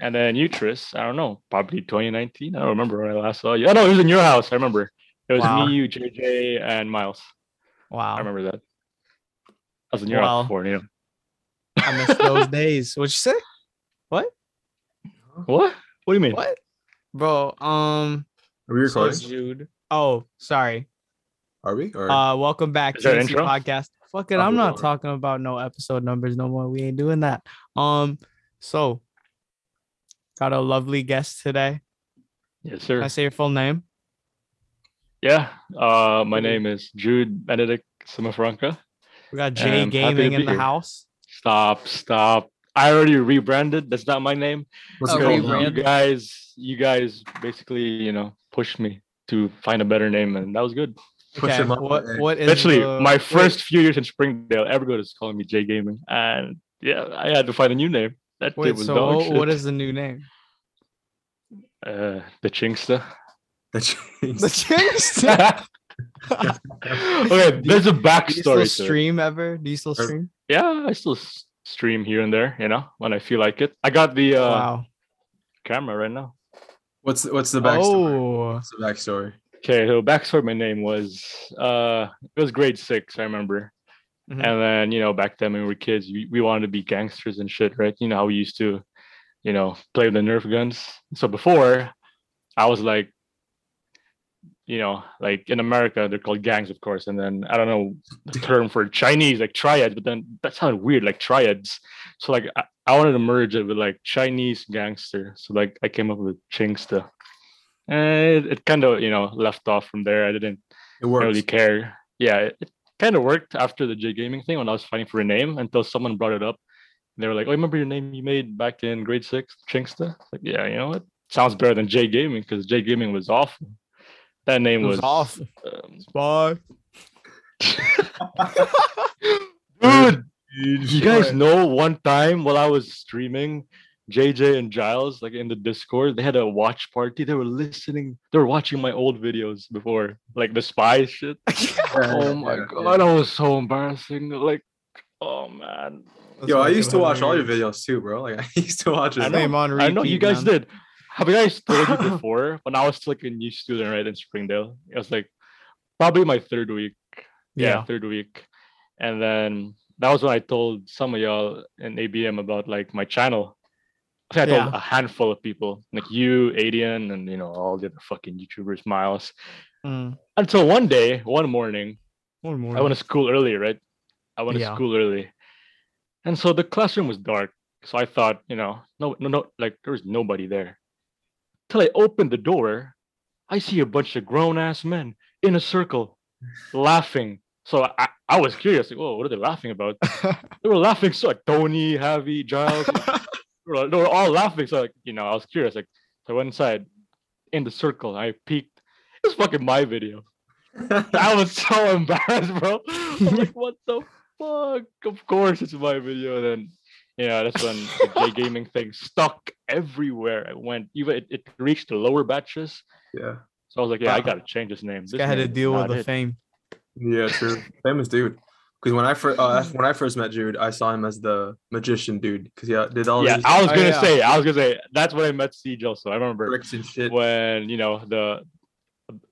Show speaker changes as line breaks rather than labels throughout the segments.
And then you, Tris, I don't know, probably 2019. I don't remember when I last saw you. Oh no, it was in your house. I remember. It was
Wow.
me, you, JJ, and Miles. I
Wow.
remember that. I was in your
Wow.
house before, you know.
I miss those days. What'd you say?
What? What do you mean?
What? Bro, um
Are we recording?
says Jude. Oh, sorry.
Are we? Or
Uh welcome back
Is
to
that
the
intro?
podcast. Fuck it,
Oh,
I'm not
Lord.
talking about no episode numbers no more. We ain't doing that. Um so got a lovely guest today.
Yes,
Can I
sir.
say your full name?
Yeah. Uh, my
Ooh.
name is Jude Benedict Simafranca.
We got Jay
I'm happy to
Gaming in
be
the
here.
house.
Stop, stop. I already rebranded. That's not my name.
what's
Oh,
it called
rebrand.
now?
You guys, you guys basically, you know, pushed me to find a better name, and that was good.
Push
okay,
him up
what
and-
what is
Actually,
the-
my
wait,
first few years in Springdale, everyone is calling me J Gaming, and yeah, I had to find a new name. That
Wait,
it was
so
dog
what-
shit.
what is the new name?
uh, the Chingsta?
The chains.
The change.
okay, there's a
Do you still
backstory. to it.
stream ever? Do you still
Er,
stream?
Yeah, I still s- stream here and there, you know, when I feel like it. I got the uh,
wow.
camera right now.
What's what's the backstory?
Oh,
What's the backstory?
Okay, so backstory. My name was uh, it was grade six, I remember.
Mhm.
And then you know, back then when we were kids, we, we wanted to be gangsters and shit, right? You know how we used to, you know, play with the Nerf guns. So before, I was like, you know, like in America they're called gangs, of course. And then I don't know the term for Chinese, like triads, but then that sounded weird, like triads. So like I, I wanted to merge it with like Chinese gangster. So like I came up with Chingsta. And Eh, it, it kind of you know left off from there. I didn't I
It
don't
works.
really care. Yeah, it, kind of worked after the J Gaming thing when I was fighting for a name until someone brought it up. And they were like, "Oh, remember your name you made back in grade six, Chingsta?" It's Like, yeah, you know what? Sounds better than J Gaming because J Gaming was awful. That name
it was off.
um,
Bye.
dude. You guys
Sure.
know one time while I was streaming, JJ and Giles, like in the Discord, they had a watch party. They were listening, they were watching my old videos before, like the spy shit.
Yeah,
Oh
yeah,
my
yeah,
god, that was so embarrassing. Like, oh man.
yeah. Yo, I used to watch all your videos too, bro. Like I used to watch it.
I
I know, on
I know you
repeat,
guys
man.
did. Have you guys told you before when I was still like a new student, right, in Springdale? It was like probably my third week. Yeah,
Yeah.
third week. And then that was when I told some of y'all in ABM about like my channel. I think I told
Yeah.
a handful of people, like you, Adian, and you know, all the other fucking YouTubers, Miles.
Mm.
Until one day, one morning,
One more.
I went to school early, right? I went
Yeah.
to school early, and so the classroom was dark. So I thought, you know, no, no, no, like there was nobody there. Till I opened the door, I see a bunch of grown ass men in a circle, laughing. So I, I- I was curious, like, oh, what are they laughing about? they were laughing so like Tony, Javi, Giles, like, they were- they were all laughing. So like, you know, I was curious. Like, so I went inside, in the circle, I peeked. It's fucking my video. I was so embarrassed, bro. I'm like, what the fuck? Of course it's my video. And then yeah, that's when the J gaming thing stuck everywhere. I went even it, it reached the lower batches.
yeah.
So I was like, yeah, I
Wow.
gotta change this name.
I had to deal with the
thing.
fame.
Yeah, true. Famous dude. Because when I first uh, when I first met Jude, I saw him as the magician dude. Because yeah, did all
Yeah,
these
I was
Oh,
gonna
yeah.
say, I was gonna say that's when I met Siege also. I remember
tricks and shit.
when you know the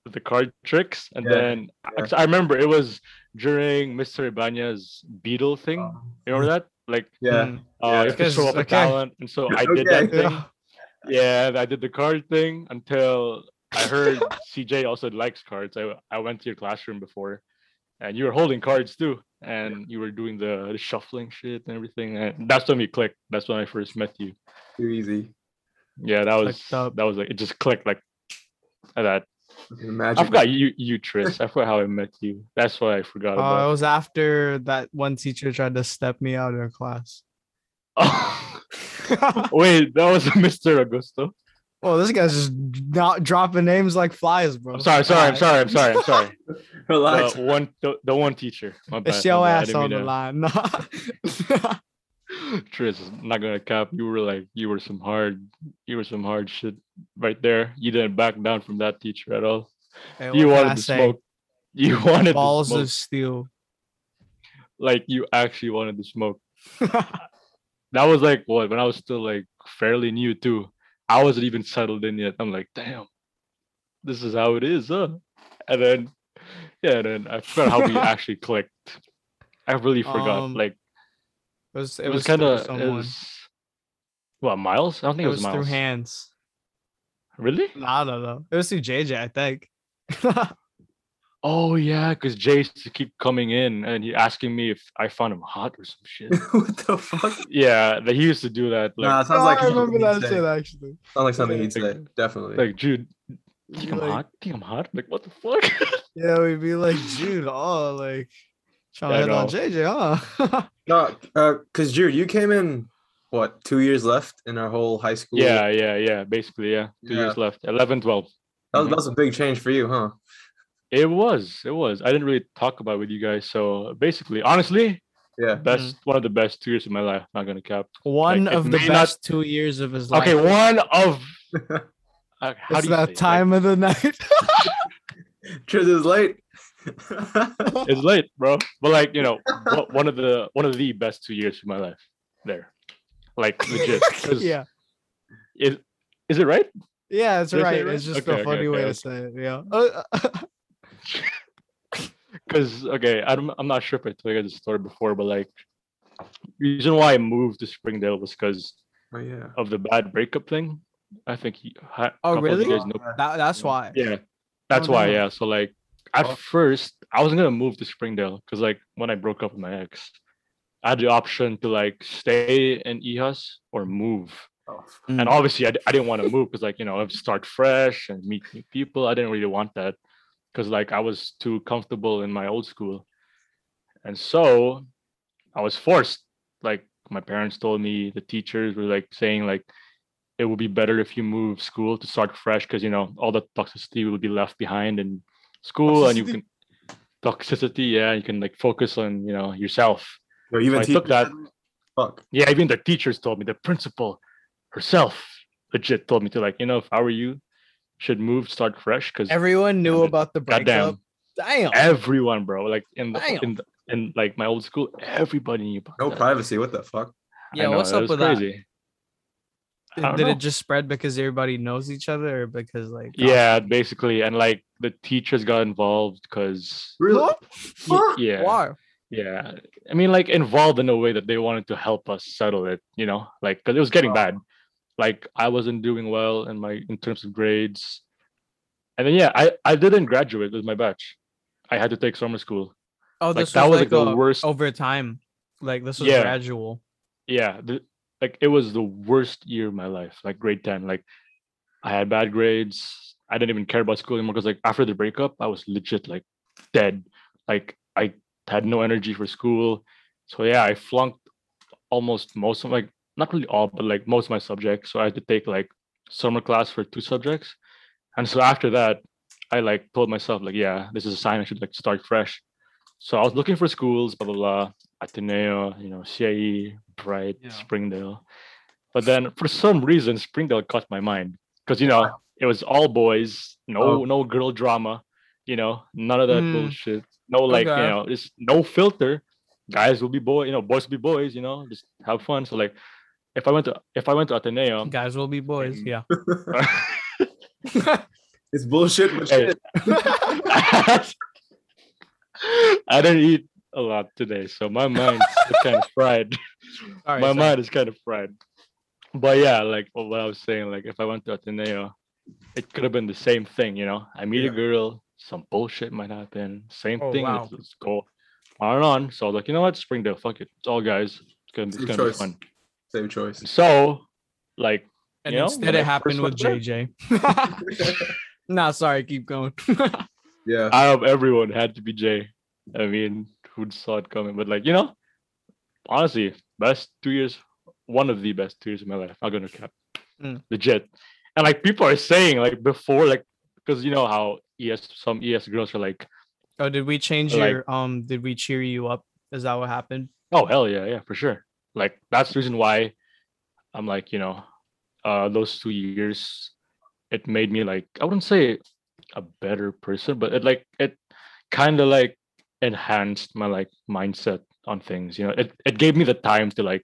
the card tricks and
Yeah,
then
yeah.
I remember it was during Mr. Ibana's beetle thing.
Oh.
Um,
You remember that? Like
Yeah.
Mm.
uh, you have to
Because-
show up a
okay.
talent, and so I did that
Okay.
thing.
Yeah.
Yeah, I did the card thing until I heard CJ also likes cards. I I went to your classroom before, and you were holding cards too, and you were doing the, the shuffling shit and everything. And that's when we clicked. That's when I first met you.
Too easy.
Yeah, that was
Clicked up.
that was like it just clicked like that. I
Imagine.
forgot you you Tris. I forgot how I met you. That's what I forgot
Uh, it
about.
was after that one teacher tried to step me out of her class.
Wait, that was Mr. Augusto.
well, this guy's just not dropping names like flies, bro.
I'm sorry, sorry, I'm sorry, I'm sorry, I'm sorry.
Relax.
the one the, the one teacher. My bad.
It's your
my bad, I
ass
didn't
on the
mean
line. No.
to- Tris, I'm not gonna cap. You were like you were some hard you were some hard shit right there. You didn't back down from that teacher at all.
Hey,
you
what
wanted
can I
to
say?
smoke. You wanted
balls
to smoke.
of steel.
like you actually wanted to smoke. That was like what when I was still like fairly new too. I wasn't even settled in yet. I'm like, damn, this is how it is, huh? And then, yeah, and then I forgot how we actually clicked. I really forgot.
Um,
like
It was
it was,
through
kind of
someone.
what Miles? I don't think
it was through
Miles.
hands.
Really?
I don't know. It was through JJ, I think.
Oh yeah, because Jay used to keep coming in and he asking me if I found him hot or some shit.
what the fuck?
yeah, that he used to do that. Like,
Nah, it sounds like
I remember
he'd
that
say.
shit actually.
Sounds like something he'd
Like-
say. Definitely.
like dude, think I'm
Like-
hot? Think I'm hot? Like what the fuck?
Yeah, we'd be like, dude, oh, like trying
Yeah, I
to hit on
know.
JJ, huh?
no, because Jude, you came in what two years left in our whole high school.
yeah, yeah, yeah. Basically, yeah. Two
Yeah.
years left. 11, 12.
that was, that was a big change for you, huh?
Mm-hmm. It was. It was. I didn't really talk about it with you guys. So basically, honestly,
Yeah.
best one of the best two years of my life. Not gonna cap.
One
Like, it
of the
may
best
not-
two years of his life.
Okay, one of. Uh, how
it's
do you say it?
that
Like,
time of the night.
Triz is late.
it's late, bro. But like you know, wha- one of the one of the best two years of my life. There, like legit. 'cause
yeah,
Is is it right?
yeah, it's
Did I say
right.
it right?
It's just
Okay,
a
okay, okay,
funny way
okay.
to say it. Yeah. Uh, uh,
Because okay, I'm I'm not sure if I told you guys the story before, but like, reason why I moved to Springdale was because
Oh yeah.
of the bad breakup thing. I think. You, ha-
Oh,
couple of you
really?
guys know
that, that's why.
yeah that's
Oh,
why
no.
yeah so like at
Oh.
first i was gonna move to springdale because like when i broke up with my ex i had the option to like stay in ehas or move
Oh,
and obviously i, d- I didn't want to move because like you know I'd start fresh and meet new people i didn't really want that because like i was too comfortable in my old school and so i was forced like my parents told me the teachers were like saying like it would be better if you move school to start fresh because you know all the toxicity will be left behind in school and you
Toxicity?
can toxicity yeah you can like focus on you know yourself
Yo, even
I took
teachers
that-
said it? Fuck.
yeah, even the teachers told me, the principal herself legit told me to like, you know, if I were you, should move, start fresh, because
Everyone knew
Goddamn.
about the breakup.
goddamn
Damn.
everyone, bro, like in the,
Damn.
in the, in like my old school, everybody knew about
No
that.
privacy. What the fuck?
I
yeah,
know,
what's
it
up
was
with
crazy. I
that?
don't
Did
know.
it just spread because everybody knows each other, or because like?
Yeah, basically, and like the teachers got involved because
Really?
What?
Fuck.
yeah,
Why?
yeah, I mean, like involved in a way that they wanted to help us settle it, you know, like because it was getting
Oh.
bad. Like I wasn't doing well in my in terms of grades, and then yeah, I I didn't graduate with my batch. I had to take summer school.
Oh,
Like
this
that was
was
like the worst.
over time. Like this was
Yeah.
gradual.
Yeah, the, like it was the worst year of my life. Like grade ten, like I had bad grades. I didn't even care about school anymore because like after the breakup, I was legit like dead. Like I had no energy for school. So yeah, I flunked almost most of like not really all, but like most of my subjects. So I had to take like summer class for two subjects. And so after that, I like told myself, like, yeah, this is a sign I should like start fresh. So I was looking for schools, blah blah blah, Ateneo, you know, CIE, Bright,
Yeah.
Springdale. But then for some reason, Springdale caught my mind. Because you know, it was all boys, no
Oh.
no girl drama, you know, none of that
Mm.
bullshit. No like
Okay.
you know, it's no filter. Guys will be boy, you know, boys will be boys, you know, just have fun. So like if I went to if I went to Ateneo
Guys will be boys.
and-
Yeah.
It's bullshit, but
Hey.
shit.
I didn't eat a lot today, so my mind's kind of fried.
All
my
right.
mind is kind of fried. But yeah, like what what I was saying, like if I went to Ateneo, it could have been the same thing, you know. I meet
Yeah.
a girl, some bullshit might happen, same
Oh,
thing.
wow.
Let's, let's go on and on. So I was like, you know what, Springdale, fuck it, it's all guys. It's gonna, it's
Good
gonna be
choice.
fun.
Same choice.
So, like,
And
you know, when
instead
I
it
first
happened with
went there-
JJ. nah, sorry, keep going.
Yeah.
out of everyone had to be Jay. I mean, who saw it coming? But like, you know, honestly, best two years, one of the best two years of my life. Not gonna cap.
Mm.
Legit. And like people are saying, like before, like because you know how ES some ES girls are like,
oh, did we change
Like-
your um did we cheer you up? Is that what happened?
oh hell yeah, yeah, for sure. Like that's the reason why I'm like, you know, uh those two years it made me like I wouldn't say a better person, but it like it kind of like enhanced my like mindset on things. You know, it, it gave me the time to like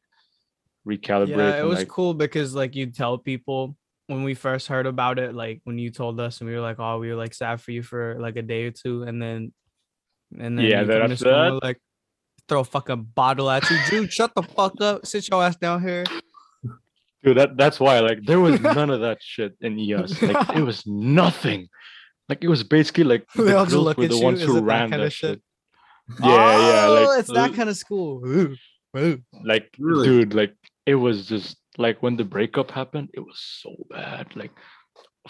recalibrate.
Yeah,
and,
it was
like,
cool because like you'd tell people when we first heard about it, like when you told us and we were like, oh, we were like sad for you for like a day or two, and then and then
Yeah,
you
then
come to
after
school and
that-
we're like throw a fucking bottle at you, dude. shut the fuck up, sit your ass down here.
Dude, that that's why like there was none of that shit in ES. Like it was nothing. Like it was basically like
They all
the
just
girls
look
were
at
the
you,
ones
is
who
it that
ran
kinda
that
shit?
shit. Yeah, yeah,
Oh,
like
it's that
l-
kind of school. Ooh, ooh.
like
Really?
dude, like it was just like when the breakup happened, it was so bad. Like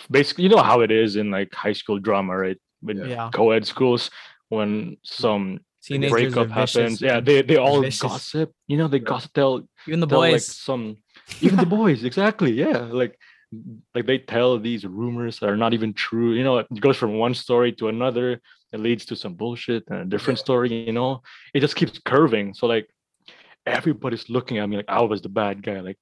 basically, you know how it is in like high school drama, right?
Uh-huh.
With
Yeah.
Yeah.
co-ed schools, when some
Teenagers
breakup
are vicious,
happens, yeah,
man.
they they all
vicious.
gossip. You know, they gossip. They'll
even the
tell like
boys.
some even the boys exactly yeah like like they tell these rumors that are not even true you know it goes from one story to another it leads to some bullshit and a different story you know it just keeps curving so like everybody's looking at me like i was the bad guy like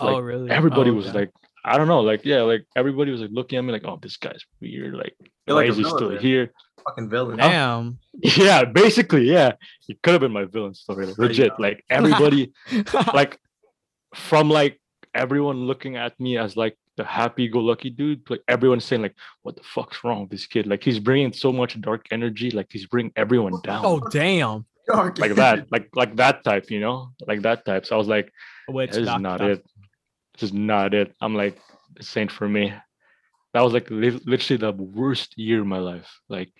oh, really?
everybody
Oh,
was
okay.
like i don't know like yeah like everybody was like looking at me like oh this guy's weird like
You're
why
like a
is he still
villain.
here
Fucking villain.
damn.
yeah basically yeah it could have been my villain story like,
There you
legit
go.
like everybody like from like everyone looking at me as like the happy-go-lucky dude to, like everyone's saying like what the fuck's wrong with this kid like he's bringing so much dark energy like he's bringing everyone down
oh damn.
Dark.
like that like like that type you know like that type so i was like
Which
this is
doc-
not
doc-
it this is not it i'm like this ain't for me that was like li- literally the worst year of my life like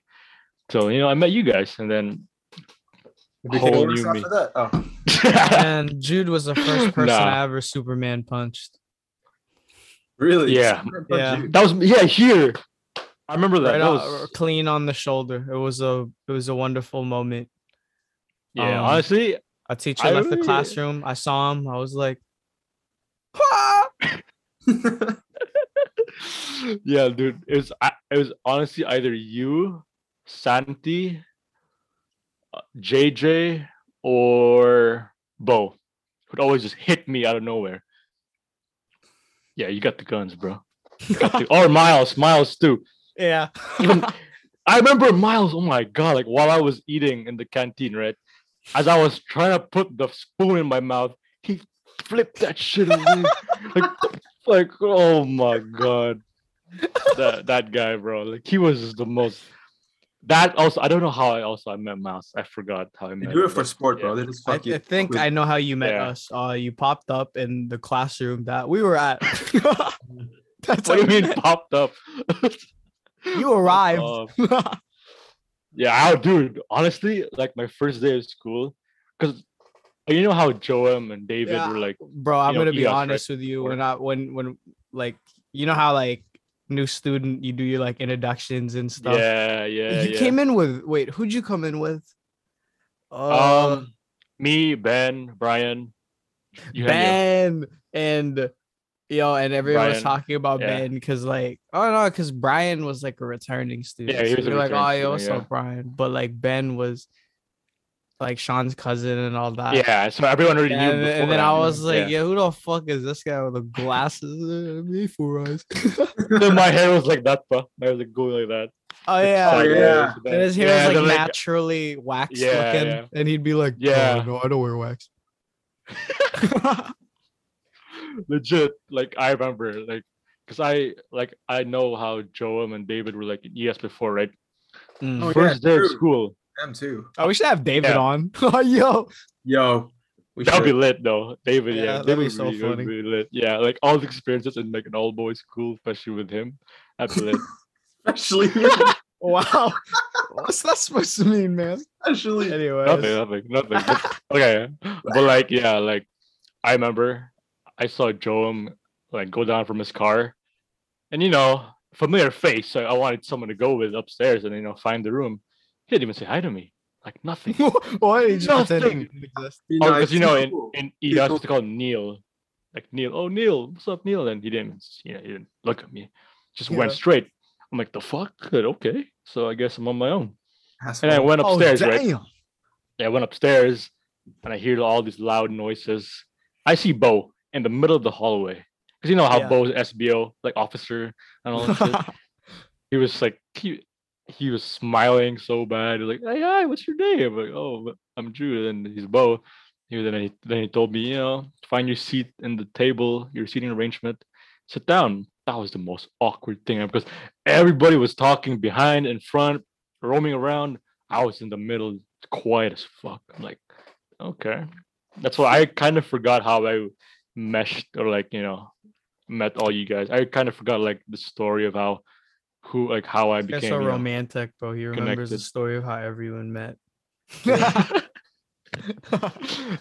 so you know i met you guys and then
It became
Whole
worse
new
after
me.
that. Oh,
And Jude was the first person
Nah.
I ever Superman punched.
really?
Yeah.
Superman
Yeah.
punched you.
that was yeah here i remember that,
Right
that
on-
was
clean on the shoulder. It was a it was a wonderful moment.
yeah
um,
honestly
A teacher
I
left the
really-
classroom. I saw him. I was like, "Ah!"
yeah, dude. It was I- it was honestly either you, Santi, uh, JJ, or Bo, who'd always just hit me out of nowhere. Yeah, you got the guns, bro. You got the- or Miles, Miles too.
yeah.
Even- I remember Miles. Oh my god! Like while I was eating in the canteen, right? As I was trying to put the spoon in my mouth, he flipped that shit away. like, like, oh my god, that that guy, bro. Like he was just the most. That also, I don't know how I also I met Miles. I forgot how I
They
met.
do
him,
it for
but
sport, bro.
yeah.
They just
I,
fuck you.
I think I know how you met
Yeah.
us. Uh, you popped up in the classroom that we were at.
What
That's how
do you
we
mean
met.
popped up?
You arrived.
Uh, Yeah, I, dude. Honestly, like my first day of school, because you know how Joem and David
Yeah.
were like,
bro i'm
know,
gonna be
EOS, right?
honest with you
Or-
when i when when like you know how like new student you do your like introductions and stuff
yeah, yeah.
you
yeah.
came in with wait who'd you come in with uh,
Um, me, Ben, Brian, you had
ben and yo and everyone was
Brian,
talking about
yeah.
ben because like oh no because brian was like a returning student
Yeah, he
so
was a
we were like
returning
oh yo
student,
what's
yeah.
up brian but like ben was like sean's cousin and all that
yeah. yeah, so everyone already knew.
uh, and, then- and then
beforehand,
I
you
was
know,
like,
yeah.
yeah. who the fuck is this guy with the glasses? Uh, Me for Oh, eyes.
Then my hair was like that, but I was like going like that.
oh
It's
yeah.
sideways,
yeah.
and
And his hair
yeah,
was
then,
like, naturally waxed
Yeah,
looking,
yeah.
and he'd be like,
Yeah.
"Oh, no, I don't wear wax."
legit. Like I remember, like, cause I like I know how Joem and David were like in ES before, right?
Mm.
Oh, yeah,
First day
true.
of school,
Them too.
Oh, we should have David
Yeah.
on. oh, yo,
Yo. We
that would be
should.
lit though. David,
Yeah,
yeah,
that'd
David
be
would
so
really- would
funny.
be lit. Yeah, like all the experiences in like an all boys school, especially with him, that'd be lit.
Actually,
wow, what's that supposed to mean, man?
actually.
nothing,
Anyway,
nothing, nothing. But- okay, but like, yeah, like I remember I saw Joem like go down from his car, and you know, familiar face. So I wanted someone to go with upstairs and you know find the room. He didn't even say hi to me, like nothing.
Oh, why did you pretend
Nothing.
it didn't exist?
Oh, because you know, in
cool.
in
He's
ER,
cool.
it's called Neil, like Neil. Oh, Neil, what's up, Neil? And he didn't, s- you know, he didn't look at me. Just went
Yeah.
straight. I'm like, the fuck? Good, Okay, so I guess I'm on my own. And I
Asshole.
went upstairs,
oh,
right?
damn.
I went upstairs and I hear all these loud noises. I see Bo in the middle of the hallway. Because you know how
Yeah.
Bo's SBO, like officer and all that shit. He was like he, he was smiling so bad. He was like, hey hi, what's your name? I'm like, oh I'm Jude and he's Bo. He then he then he told me, you know, find your seat in the table, your seating arrangement, sit down. That was the most awkward thing because everybody was talking behind, in front, roaming around. I was in the middle, quiet as fuck. I'm like, okay. That's why I kind of forgot how I meshed or like, you know, met all you guys. I kind of forgot like the story of how who like how I
That's
became
so
you know.
romantic, bro. He remembers the
connected.
story of how everyone met.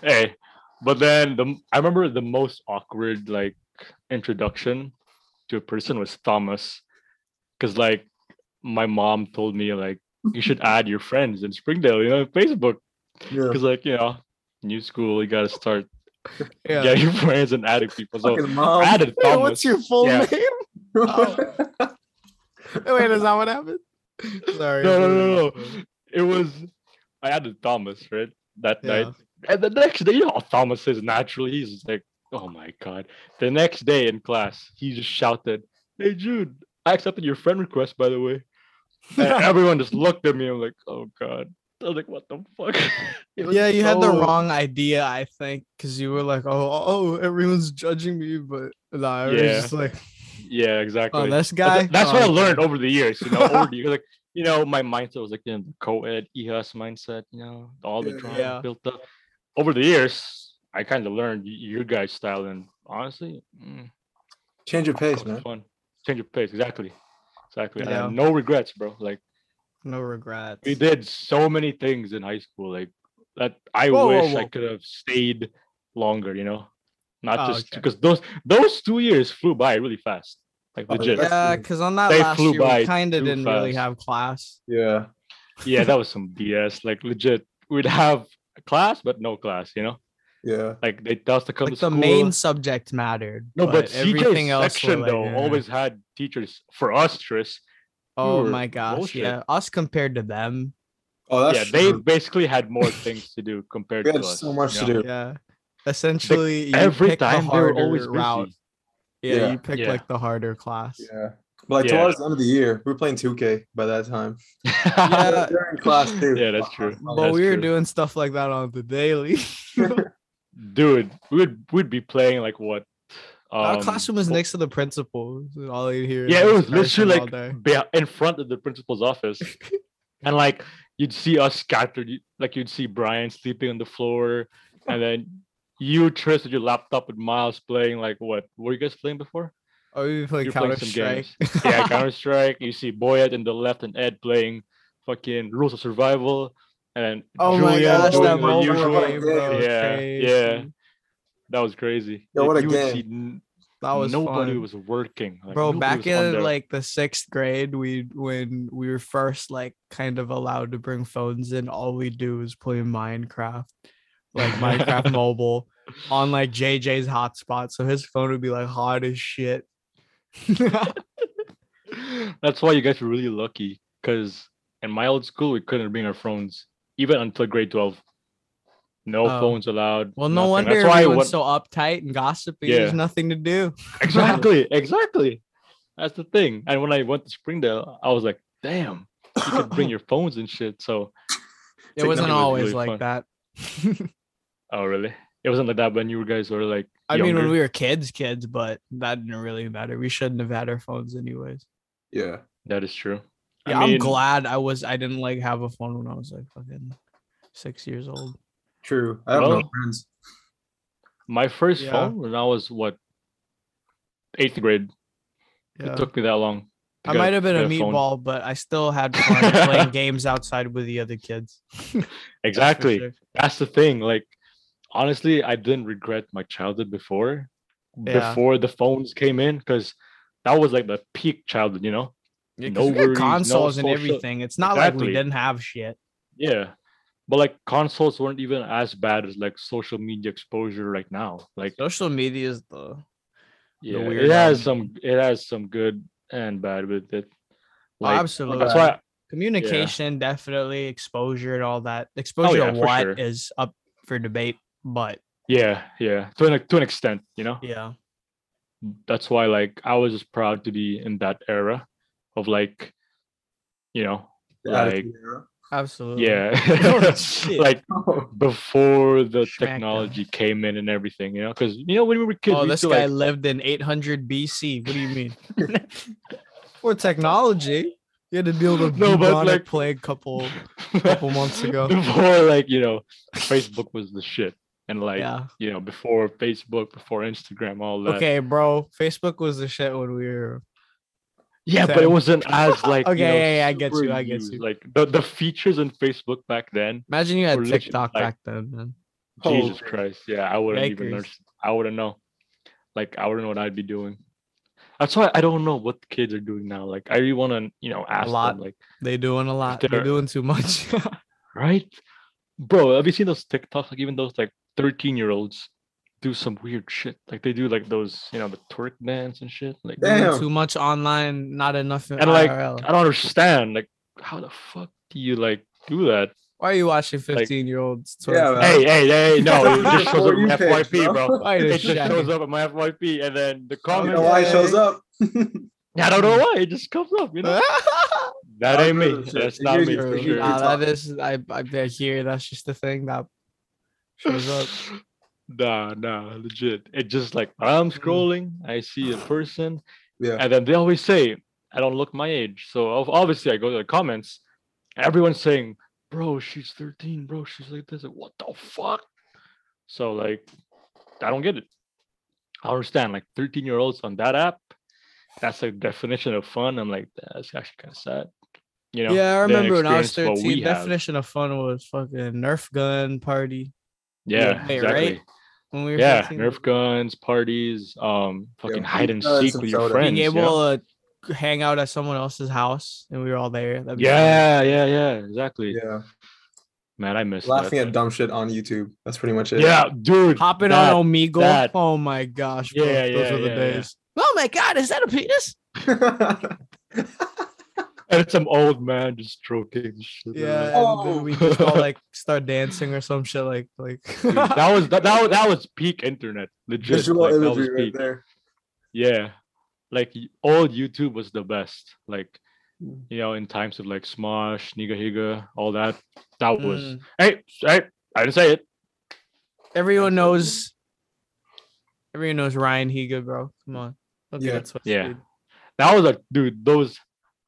hey, but then the I remember the most awkward like introduction to a person was Thomas, because like my mom told me like you should add your friends in Springdale, you know, Facebook,
Yeah.
because like you know, new school, you gotta start
Yeah.
getting friends and adding people. So
Fucking
I
mom.
added Thomas.
What's your full
Yeah.
name? Wait, is that what happened? Sorry.
no, no, no, no. It was I added Thomas right that night. And the next day, you know how Thomas is naturally. He's just like, oh my god. The next day in class, he just shouted, Hey Jude, I accepted your friend request, by the way. And everyone just looked at me. I'm like, oh god. I was like, what the fuck? It was
Yeah, you had the
so-
wrong idea, I think, because you were like, oh, oh, everyone's judging me, but nah, everyone's
Yeah.
just like,
Yeah, exactly.
oh, this
But
guy.
tha- that's
oh,
what I
okay."
learned over the years, you know, over the years. Like, you know, my mindset was like you know, the co-ed EHS mindset, you know, all the
Yeah.
drama
Yeah.
built up. Over the years, I kind of learned y- your guys' style, and honestly, mm,
Change your pace,
That was
man.
Fun. Change of pace, exactly. Exactly. And I have
Yeah.
no regrets, bro. Like
No regrets.
we did so many things in high school, like that I
Whoa, whoa,
wish I
whoa.
could have stayed longer, you know. Not
Oh,
just
okay.
because those those two years flew by really fast. Like
Oh,
legit.
yeah.
Yeah.
Yeah, because on that
They
last
flew
year,
by
we kind of
too
didn't really
fast.
have class.
Yeah.
that was some BS. Like legit. We'd have a class, but no class, you know?
Yeah.
Like they tell us to come
Like
to
the
school.
main subject mattered.
no, but,
everything
CJ's
else. were
section
like,
though
eh.
always had teachers for us, Tris.
Oh
were
my gosh.
bullshit.
Yeah. Us compared to them.
Oh,
yeah,
that's
they
true.
basically had more things to do compared
We
to
had
us.
so much
you
to
know?
do.
Yeah. Essentially, you
Every
pick the
time they were always
harder route.
busy.
Yeah,
Yeah.
you pick
Yeah.
like the harder class.
Yeah. But like
Yeah.
towards the end of the year, we were playing 2K by that time.
Uh,
Yeah.
They're in class too.
Yeah, that's true.
But
Oh, That's
we were
true.
doing stuff like that on the daily.
dude, we'd we'd be playing like what?
Our
um,
classroom was
bo-
next to the principal. so All you hear.
Yeah,
is
it was
this
literally
person all
like
day.
behi- in front of the principal's office, and like you'd see us scattered. you- Like you'd see Brian sleeping on the floor, and then you, Tris, with your laptop with Miles playing like what? Were you guys playing before?
Oh, we played
You're playing
Counter
some
Strike.
games. yeah, Counter Strike. You see Boyet in the left and Ed playing fucking Rules of Survival, and
Oh my
Julia
gosh,
doing
that
the
mobile
usual.
game, bro. was
Yeah, yeah.
crazy.
That was crazy.
Yo, what a
you would see n-
That was
nobody
fun.
was working. like,
bro
nobody
back
was on
in
their-
like the sixth grade we when we were first like kind of allowed to bring phones in all we do is play minecraft like minecraft mobile on like jj's hotspot so his phone would be like hot as shit
That's why you guys were really lucky, because in my old school we couldn't bring our phones even until grade twelve. No
Oh.
phones allowed.
well no
nothing.
wonder
That's why
everyone's
what-
so uptight and gossipy
Yeah.
there's nothing to do
exactly, exactly. That's the thing. And when I went to Springdale, I was like, damn, you could bring your phones and shit. So,
it
Technology
wasn't
was
always
really
like
fun.
that
oh really? It wasn't like that when you guys were like.
i mean when
younger?
we were kids kids but that didn't really matter we shouldn't have had our phones anyways
Yeah.
that is true. I
Yeah, I am
mean,
glad I was I didn't like have a phone when I was like fucking six years old.
True. I have no
Well-
friends.
My first
Yeah.
phone when I was what eighth grade.
Yeah.
It took me that long. to
I
get
might have been
get
a
phone.
meatball, but I still had fun playing games outside with the other kids. That's for
Exactly.
sure.
That's the thing. Like, honestly, I didn't regret my childhood before,
Yeah.
before the phones came in, because that was like the peak childhood. You know?
Yeah, 'cause
No
we had
worries, no
consoles and
social-
everything. It's not like we
Exactly.
didn't have shit.
Yeah. But like consoles weren't even as bad as like social media exposure right now. Like,
Social media is the
yeah,
weird
it has
um,
some. It has some good and bad with it. Like,
absolutely.
That's why.
communication, definitely exposure and all that. Exposure
yeah,
to
for
what
sure.
is up for debate, but
Yeah, yeah. To an to an extent, you know.
yeah,
that's why like I was just proud to be in that era of like, you know,
The
Like,
attitude era.
Absolutely.
Yeah.
Oh, shit.
like
Oh,
before the
Smackdown.
technology came in and everything, you know, because you know when we were kids,
Oh,
we
this
used
guy
to, like,
lived in 800 BC. What do you mean? or technology. You had to deal with a
No, but,
bubonic
like-
plague couple couple months ago.
before like you know, Facebook was the shit, and like
yeah.
you know, before Facebook, before Instagram, all that.
Okay, bro. Facebook was the shit when we were
Yeah, but
Fair.
it wasn't as like.
Okay,
you know,
yeah, yeah, I get
super
you, I get
used.
you.
Like the, the features in Facebook back then,
imagine you
Or
had
literally,
TikTok
like-
back then, man.
Jesus
Holy
Christ, yeah, I wouldn't even learn.
Yikers.
I wouldn't know. Like I wouldn't know what I'd be doing. That's why I don't know what kids are doing now. Like I really want to, you know, ask
lot.
them. Like
They doing a lot. They're
They're-
doing too much.
right, bro? Have you seen those TikToks? Like even those like thirteen year olds do some weird shit. Like they do like those, you know, the twerk dance and shit. Like
Damn.
Doing too much online, not enough in
And, like,
IRL.
I don't understand. Like how the fuck do you like do that?
Why are you watching 15 year olds?
Yeah, man.
Hey, hey, hey! No, it just
For
shows up
you
in my
page,
FYP,
bro.
bro.
Why
It
the
just
shaggy?
shows up at my FYP, and then the
You
comment.
know why it shows
Hey.
up?
I don't know why. It just comes up. You know, that ain't me.
Algorithm shit.
That's
It
not
gives
me
you
for
free
sure.
time.
Nah, that is I, I I hear that's just the thing that shows up. Mm.
Nah, nah, legit. It just like I'm scrolling, I see a person,
yeah.
and then they always say, "I don't look my age." So ob- obviously, I go to the comments. and Everyone's saying, "Bro, she's 13. Bro, she's like this." Like, what the fuck? So like, I don't get it. I don't understand like 13 year olds on that app. That's like definition of fun. I'm like, that's actually kind of sad. You know?
yeah, I
than
remember when I was
experience what
13.
we have.
Definition of fun was fucking Nerf gun party
Yeah,
way, right?
exactly.
when we were
Yeah,
15.
Nerf guns, parties, um, fucking
we
hide and
guns
seek
and
with your
soda.
friends.
Being
you know?
able to hang out at someone else's house and we were all there. that'd be fun.
Yeah, yeah, yeah, exactly.
Yeah.
Man, I miss
Laughing
that.
at dumb shit on YouTube. That's pretty much it.
Yeah, dude.
Hopping
that-
on Omegle.
that-
Oh my gosh, bro.
Yeah,
those
yeah,
were the
yeah, yeah.
days. Oh my god, is that a penis?
and it's some old man just stroking the shit. out of
Yeah,
it.
and then we just all like start dancing or some shit like like
Dude, that was that, that was that was peak internet. Legit.
Visual
like, that was
imagery right
peak.
there.
Yeah. Like y- old YouTube was the best. Like, you know, in times of like Smosh, Niga Higa, all that. That was
Mm.
hey, hey, I didn't say it.
Everyone knows. Everyone knows Ryan Higa, bro. Come on. Don't get
Yeah.
it twisted.
Yeah. That was like, dude, those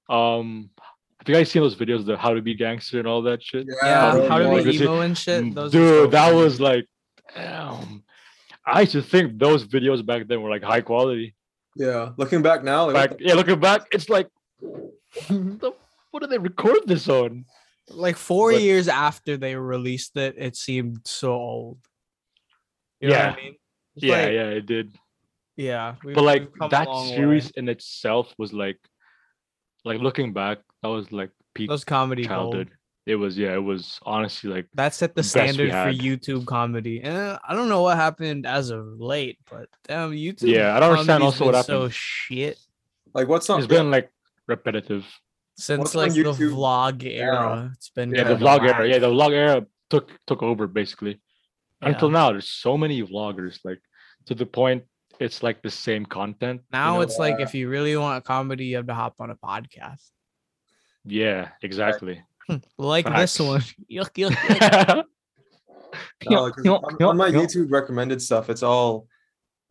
um have you guys seen those videos, the how to be gangster and all that shit?
Yeah,
How
how
do
do
you
we
like-
emo and shit?
Mm,
Those are so
Dude, that
funny.
was like, damn. I used to think those videos back then were like high quality.
Yeah. Looking back now, like,
Back, yeah, looking back, it's like, what the- what did they record this on?
like four
But-
years after they released it. It seemed so old. You know what I mean? It's
yeah,
like-
yeah, it did.
yeah. we've-
But like
we've come a
that
long way.
series in itself was like, like looking back, that was like peak
those comedy gold.
childhood. It was, yeah, it was honestly like,
That set the
best we
standard for
had.
YouTube comedy, and uh, I don't know what happened as of late, but damn, YouTube.
Yeah, I don't understand
comedy's
also what
been So
happened.
shit.
like what's on
it's been like repetitive.
since
What's on
like the
YouTube
vlog era. It's been
Yeah, the
kinda
vlog era.
whack.
Yeah, the vlog era took took over basically. Until
Yeah.
now, there's so many vloggers. Like to the point, it's like the same content. you
now
know?
it's like if you really want comedy, you have to hop on a podcast
yeah, exactly.
like
Facts.
this one. Yuck, yuck, yuck.
yeah,
No, like, Uh, 'cause
Yeah,
on,
yeah,
on my
yeah.
YouTube recommended stuff, it's all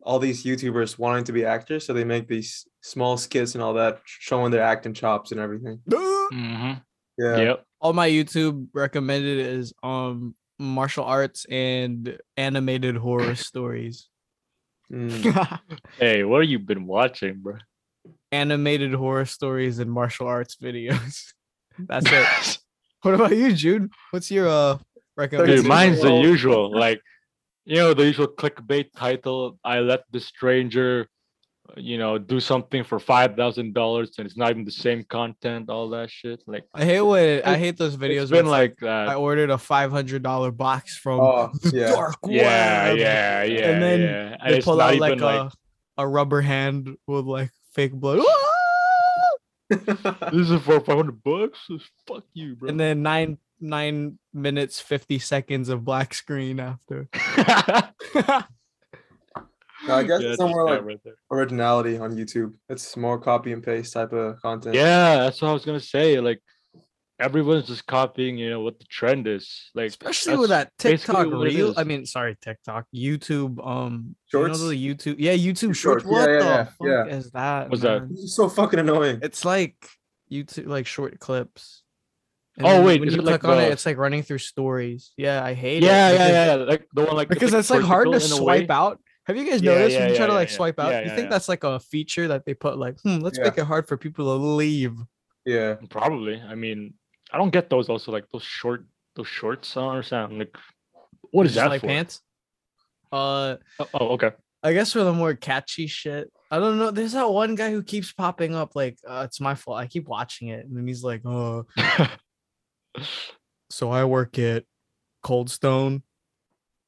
all these YouTubers wanting to be actors, so they make these small skits and all that, showing their acting chops and everything.
hmm
Mm-hmm.
Yeah,
yep.
All my YouTube recommended is um martial arts and animated horror stories.
Mm.
Hey, what have you been watching, bro?
animated horror stories and martial arts videos. That's it. What about you, Jude? What's your uh recommendation?
Dude, mine's the
well-
usual, like you know, the usual clickbait title. I let the stranger, you know, do something for five thousand dollars, and it's not even the same content. All that shit. Like
I hate what I hate those videos.
it's
where
been
it's like,
like that.
I ordered a five hundred dollar box from
Oh,
the
yeah.
dark web.
yeah, yeah, yeah,
And then
yeah. And
They
it's
pull
not
out
even
like a
like,
a rubber hand with like fake blood,
this is for 500 bucks. Just Fuck you, bro.
and then nine nine minutes fifty seconds of black screen after.
No, I guess
Yeah,
it's
just
somewhere
that
like
right there.
originality on YouTube. It's more copy and paste type of content.
yeah, that's what I was gonna say. Like, everyone's just copying, you know, what the trend is. Like
especially with
that's
that TikTok
basically what it
reel.
is.
I mean, sorry, TikTok, YouTube, um,
Shorts?
You know, the YouTube, yeah, YouTube
Shorts,
shorts.
yeah,
What
yeah,
the
yeah,
fuck is that?
What's that?
man?
This is so fucking annoying.
It's like YouTube, like short clips.
Oh,
then
wait,
when
is
you
it like
click on it,
the-
it's like running through stories. Yeah, I hate
yeah,
it. because-
yeah, yeah, like the one like
Because it's like hard to swipe out. Have you guys
Yeah,
noticed
yeah,
when you try
yeah,
to
yeah,
like
yeah.
swipe out?
Yeah,
you
yeah,
think
yeah.
that's like a feature that they put like, hmm, let's
Yeah.
make it hard for people to leave.
Yeah.
Probably. I mean, I don't get those. Also, like those short, those shorts. I don't understand. Like, what is
Just
that
like
for?
pants? Uh,
Oh, oh, okay.
I guess for the more catchy shit. I don't know. There's that one guy who keeps popping up like, uh, it's my fault. I keep watching it. And then he's like, oh, so I work at Cold Stone.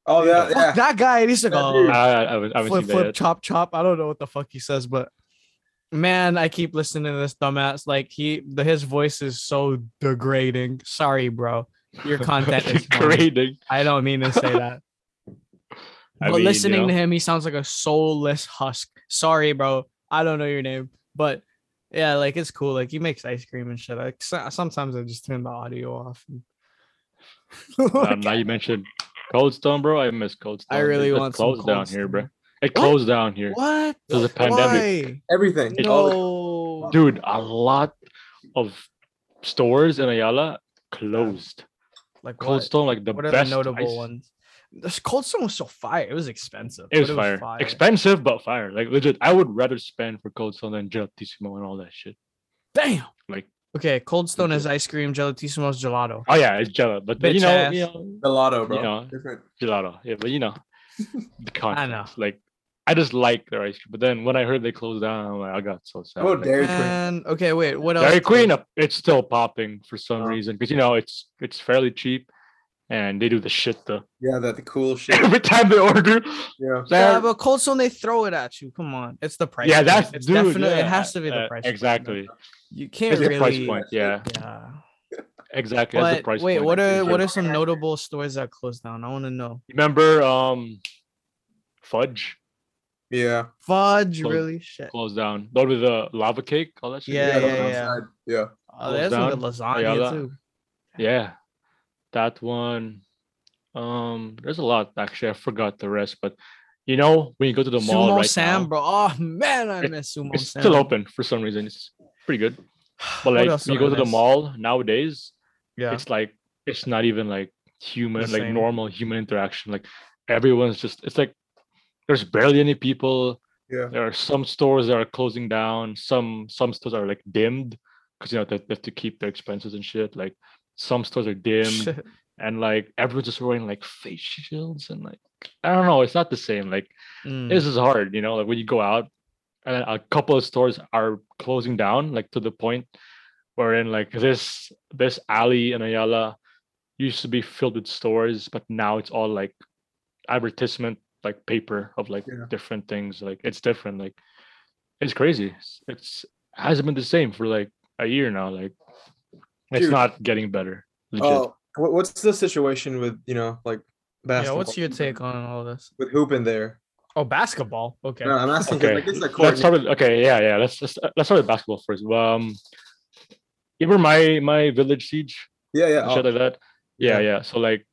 Oh yeah.
Fuck
Yeah.
that guy. And he's like,
That
I,
oh,
I, I haven't I haven't
flip,
seen that.
flip,
yet.
chop, chop. I don't know what the fuck he says, but man, I keep listening to this dumbass. Like, he, the, his voice is so degrading. Sorry, bro. Your content is great.
degrading.
I don't mean to say that.
I
but
mean, you
listening
know.
to him, he sounds like a soulless husk. Sorry, bro. I don't know your name, but yeah, like it's cool. Like he makes ice cream and shit. Like so- sometimes I just turn the audio off. and-
Uh, now you mentioned Cold Stone, bro. I miss Cold Stone.
I really
it just
want some
closed
Cold
down here, bro.
Stone.
It closed down here,
what?
There's a pandemic.
Everything.
Why?
All the-
No.
dude. A lot of stores in Ayala closed.
Like
Cold
what?
Stone, like the
What are the
best
notable
ice-
ones? This Cold Stone was so fire. It was expensive.
It was,
but
fire. expensive but fire. Like legit, I would rather spend for Cold Stone than Gelatissimo and all that shit.
Damn.
Like-
okay, Cold Stone is ice cream, gelatissimo is gelato.
Oh yeah, it's gelato, but then, you
Bitch
know,
ass.
you know,
Gelato, bro.
know.
Different.
gelato. Yeah, but you know, the content.
know.
Like, I just like their ice cream. But then when I heard they closed down, I'm like, I got so sad.
Oh,
like,
Dairy Queen.
And okay, wait, what else?
Dairy
did-
Queen, uh, it's still popping for some
Oh.
reason because you know it's it's fairly cheap, and they do the shit though.
Yeah, that the cool shit.
Every time they order,
Yeah.
Yeah,
they're-
but Cold Stone they throw it at you. Come on, it's the price.
yeah,
point.
that's
it's
dude,
definitely it
yeah,
has to be the
uh,
price. point, man.
Exactly,
you can't
it's the
really.
price point. Yeah,
Yeah,
exactly. that's the
but
price
wait,
point.
what
I'm
are
pretty
what
sure.
are some notable stores that closed down? I want to know.
Remember, um, fudge.
Yeah.
Fudge,
Close-
really? Shit.
closed down. The one with the lava cake, all that shit. that
Yeah,
the
was
yeah,
one
down.
yeah.
outside. Yeah.
Oh, there's some good lasagna
Ayala.
too.
Yeah, That one. Um, there's a lot actually. I forgot the rest, but you know, when you go to the mall
Sumo
right
Sam,
now,
bro. Oh man, I
It-
miss Sumo
it's
Sam.
still open for some reason. It's pretty good. But
What
like,
else
when you
do I
go to the
miss?
mall nowadays,
Yeah.
it's like it's not even like human,
The
like
same.
normal human interaction. Like everyone's just. It's like there's barely any people.
Yeah.
There are some stores that are closing down. Some some stores are like dimmed because you know they, they have to keep their expenses and shit. Like some stores are dimmed. and like everyone's just wearing like face shields and like I don't know, it's not the same. Like
Hmm.
Mm.
this is hard, you know, like when you go out and then a couple of stores are closing down, like to the point where in like this this alley in Ayala used to be filled with stores, but now it's all like advertisement like paper of like
Yeah.
different things. Like it's different. Like it's crazy. It's, it's hasn't been the same for like a year now. Like it's
Dude.
not getting better. Legit.
Oh, wha- what's the situation with you know like
Yeah,
basketball?
what's your take on all this?
with hoop in there?
Oh, basketball. Okay.
No, I'm asking. 'cause,
Okay,
Like, it's like
let's start
coordinate-
with okay, yeah, yeah. Let's let's, uh, let's start with basketball first. Um, you remember my my village siege
Yeah, yeah.
and
oh,
shit like that? Yeah,
yeah.
yeah. So like,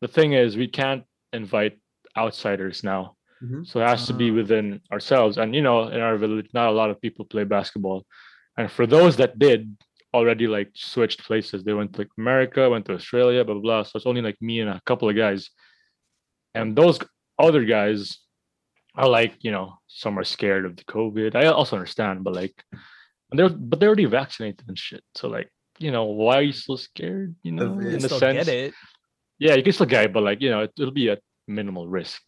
the thing is, we can't invite outsiders now.
Mhm.
So it has to be within ourselves, and you know, in our village, not a lot of people play basketball, and for those that did already like switched places they went to like america went to australia blah blah, blah. so it's only like me and a couple of guys and those other guys are like you know some are scared of the covid i also understand but like and they're but they're already vaccinated and shit so like you know why are you so scared you know
they
in the
still
sense
get it.
yeah you can still get it but like you know it, will be at minimal risk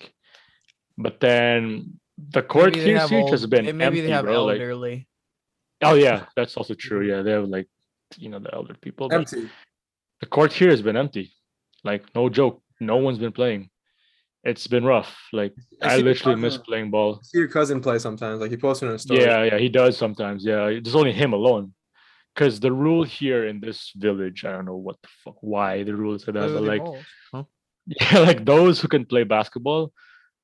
but then the court
Maybe they
here
have
siege
old- eh,
has been
maybe
empty
they have
bro, like-
elderly.
oh yeah that's also true yeah they have like you know the elder people but
oh, empty.
the court here has been empty like no joke no one's been playing it's been rough like
I
i,
see your
literally
cousin-
miss playing ball
I See your cousin play sometimes. Like he posted on his story.
yeah yeah he does sometimes yeah it's only him alone because the rule here in this village i don't know what the fuck why the rule is like that but like yeah like those who can play basketball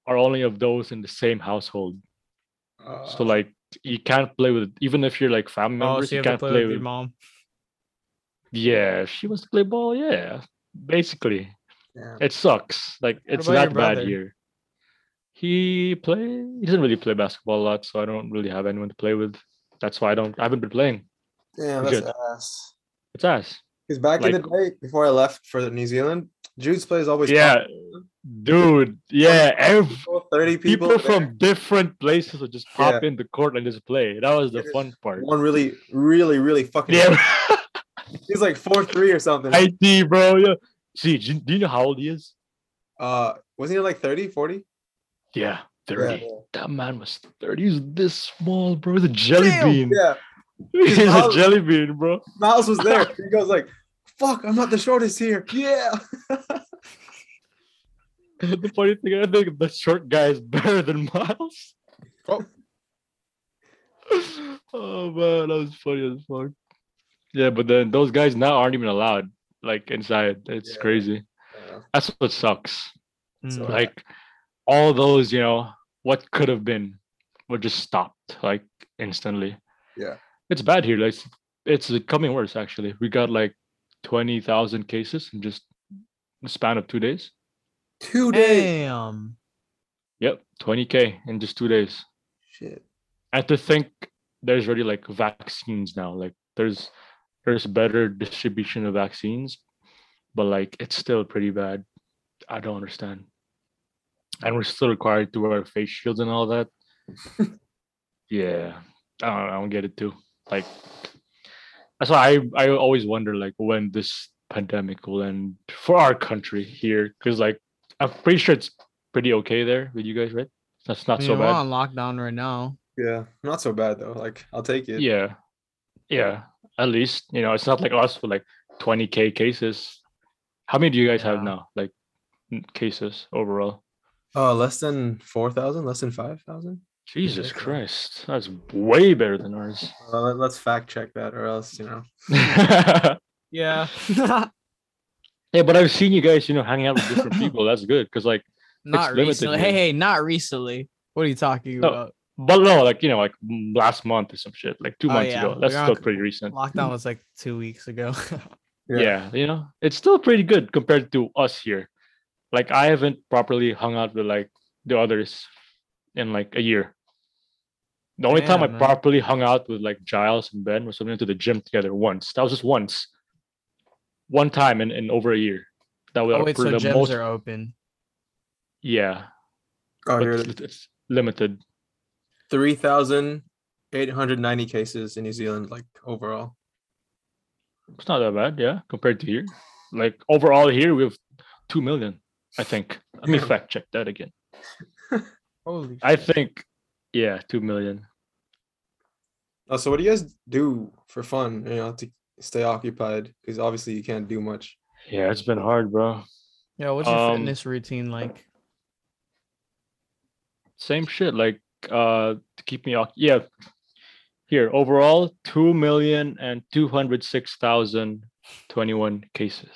are only of those in the same household
Uh,
so like you can't play with even if you're like family
Ah. oh,
members
so you
you
have to
can't
play, with your mom.
Yeah, if she wants to play ball, yeah. Basically,
Yeah.
it sucks. Like it's
about your
that bad
brother?
here. He play. He doesn't really play basketball a lot, so I don't really have anyone to play with. That's why I don't. I haven't been playing.
Damn, that's
Good.
ass.
It's ass.
Because back in the
Like-
day, before I left for New Zealand, Jude's plays always
Yeah, dude. Yeah, every,
pop- thirty people,
people from different places would just
Yeah.
pop in the court and just play. That was the
It is
fun part.
one really, really, really fucking.
Yeah,
he's like four three or something.
IT, bro. Yeah. See, do you- do you know how old he is?
Uh, wasn't he like 30, 40?
Yeah,
Yeah,
thirty.
yeah.
That man was 30. He's this small, bro. He's a jelly
Damn,
bean.
Yeah,
He's a
Miles-
jelly bean, bro.
Miles was there. He goes like, "Fuck, I'm not the shortest here." Yeah,
But the funny thing, I think the short guy is better than Miles.
Oh.
oh man, that was funny as fuck. Yeah, but then those guys now aren't even allowed like inside. It's
Yeah.
crazy. That's what sucks.
So,
Mm.
Yeah.
Like all those, you know, what could have been were just stopped like instantly.
Yeah.
It's bad here. Like it's becoming worse actually. We got like twenty thousand cases in just the span of two days.
two days.
Damn.
Yep, 20k in just two days.
Shit.
And to think there's already like vaccines now. Like there's there's better distribution of vaccines, but like it's still pretty bad. I don't understand. And we're still required to wear face shields and all that. yeah, I don't, I don't get it too. Like that's why I I always wonder like when this pandemic will end for our country here because like I'm pretty sure it's pretty okay there with you guys, right? That's not
I
so
mean, we're
bad.
on lockdown right now.
Yeah, not so bad though. Like, I'll take it.
Yeah. Yeah. At least, you know, it's not like us with like 20K cases. How many do you guys have
Yeah.
now? Like n- cases overall?
Uh, less than four thousand, less than five thousand.
Jesus
so.
Christ. That's way better than ours.
Uh, let- let's fact check that, or else you know.
yeah,
Yeah.
but I've seen you guys, you know, hanging out with different people. That's good. Cause like,
not
limited
recently.
here.
Hey, hey, not recently. What are you talking
No,
about?
but no, like, you know, like m- last month or some shit, like two
Oh,
months
yeah,
ago. That's
we're on
still
c-
pretty recent.
Lockdown was like two weeks ago.
Yeah.
yeah. you know it's still pretty good compared to us here like i haven't properly hung out with like the others in like a year the only time i
Damn, man.
properly hung out with like giles and ben was when we went to the gym together once that was just once one time in, in over a year that was
oh, wait,
for
so
the
gyms
most
are open.
yeah
Oh,
but
here
it's, it's limited
three thousand eight hundred ninety cases in New Zealand, like overall.
it's not that bad yeah compared to here like overall here we have 2 million i think let me
Yeah.
fact check that again
Holy
i think yeah 2 million
Oh, so what do you guys do for fun? You know, to stay occupied because obviously you can't do much.
Yeah, it's been hard, bro.
Yeah, what's your
Um,
fitness routine like?
Same shit. Like uh to keep me off. Yeah. Here, overall, two million and two hundred six thousand twenty-one cases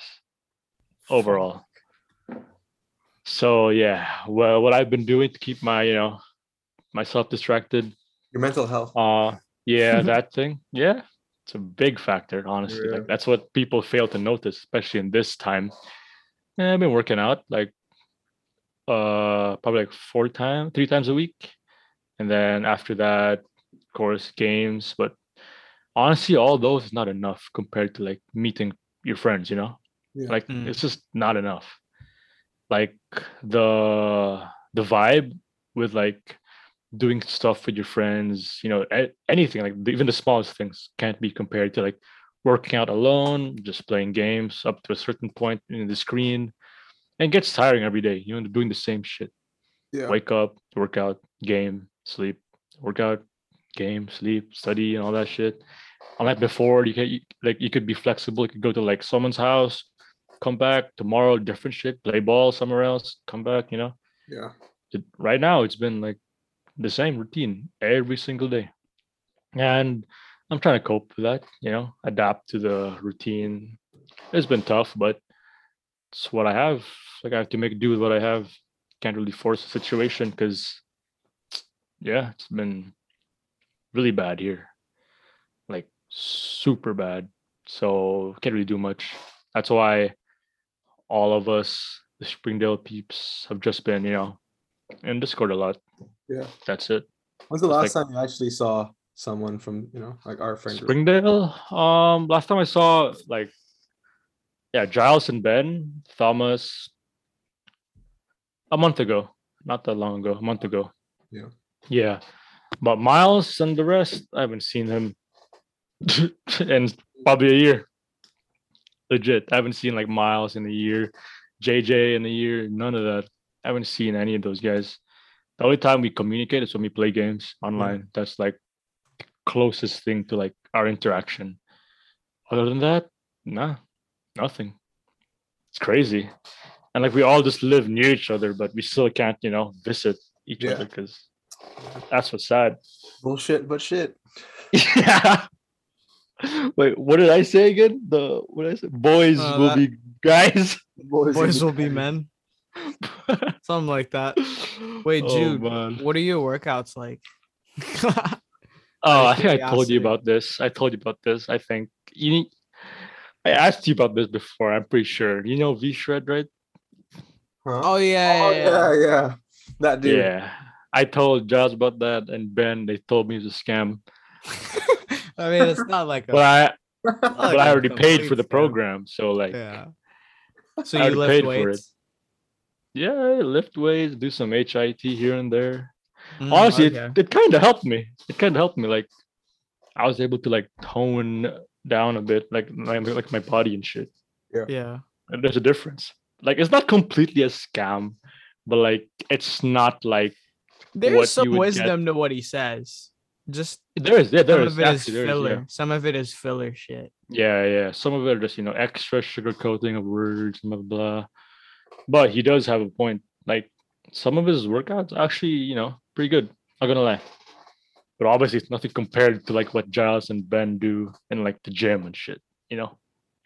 overall. So yeah, well, what I've been doing to keep my, you know, myself distracted.
Your mental health.
Uh yeah, that thing. Yeah. It's a big factor, honestly.
Yeah.
Like that's what people fail to notice, especially in this time. Yeah, I've been working out like uh probably like four times, three times a week. And then after that, of course, games. But honestly, all those is not enough compared to like meeting your friends, you know?
Yeah.
Like
Mm.
it's just not enough. Like the the vibe with like doing stuff with your friends, you know, a- anything like the, even the smallest things can't be compared to like working out alone, just playing games up to a certain point in the screen. And it gets tiring every day, you know, doing the same shit.
Yeah.
Wake up, work out, game, sleep, work out, game, sleep, study, and all that shit. Unlike before, you can you, like you could be flexible. You could go to like someone's house, come back tomorrow, different shit, play ball somewhere else, come back. You know,
Yeah.
it- right now it's been like the same routine every single day and i'm trying to cope with that you know adapt to the routine it's been tough but it's what i have like i have to make do with what i have can't really force the situation because yeah it's been really bad here like super bad so can't really do much. That's why all of us, the Springdale peeps, have just been, you know, in Discord a lot.
Yeah.
That's it.
When's the
It's
last time you actually saw someone from you know like our friend group?
Springdale. Um, last time I saw like, yeah, Giles and Ben, Thomas, a month ago, not that long ago, a month ago.
Yeah.
Yeah, but Miles and the rest, I haven't seen him in probably a year. Legit, I haven't seen like Miles in a year, JJ in a year, none of that. I haven't seen any of those guys. The only time we communicate is when we play games online. That's like closest thing to like our interaction. Other than that, nah, nothing. It's crazy. And like we all just live near each other, but we still can't, you know, visit each
Yeah.
other because that's what's sad.
Bullshit, but shit.
yeah. Wait, what did I say again? The what did I say? Boys
Uh,
will
that-
be guys.
Boys,
Boys will be men. Something like that. Wait,
Oh,
Jude,
man.
what are your workouts like?
Oh,
out
I
of
think I told
curiosity.
you about this. I told you about this. I think you need- I asked you about this before. I'm pretty sure. You know V Shred, right?
Huh?
oh yeah,
Oh,
yeah, yeah.
yeah, yeah. That dude.
Yeah. I told Josh about that, and Ben, they told me it's a scam,
I mean, it's not like a.
but I
not like
but I
a
already paid for
complete
the
scam.
program, so like
Yeah. So
I
you
already
lift
paid for it.
weights.
yeah, lift weights, do some HIT here and there.
Mm,
honestly it-
okay.
it, kind of helped me it kind of helped me like i was able to like tone down a bit like my, like my body and shit
yeah.
and there's a difference like it's not completely a scam but like it's not like
There's
what
some
you would
wisdom to what he says. Just
there is yeah there
some
is,
of it is
actually, there is,
filler. Some of it is filler shit.
yeah. yeah yeah some of it are just you know extra sugar coating of words blah blah blah but he does have a point like some of his workouts actually you know pretty good not gonna lie but obviously it's nothing compared to like what giles and ben do in like the gym and shit you know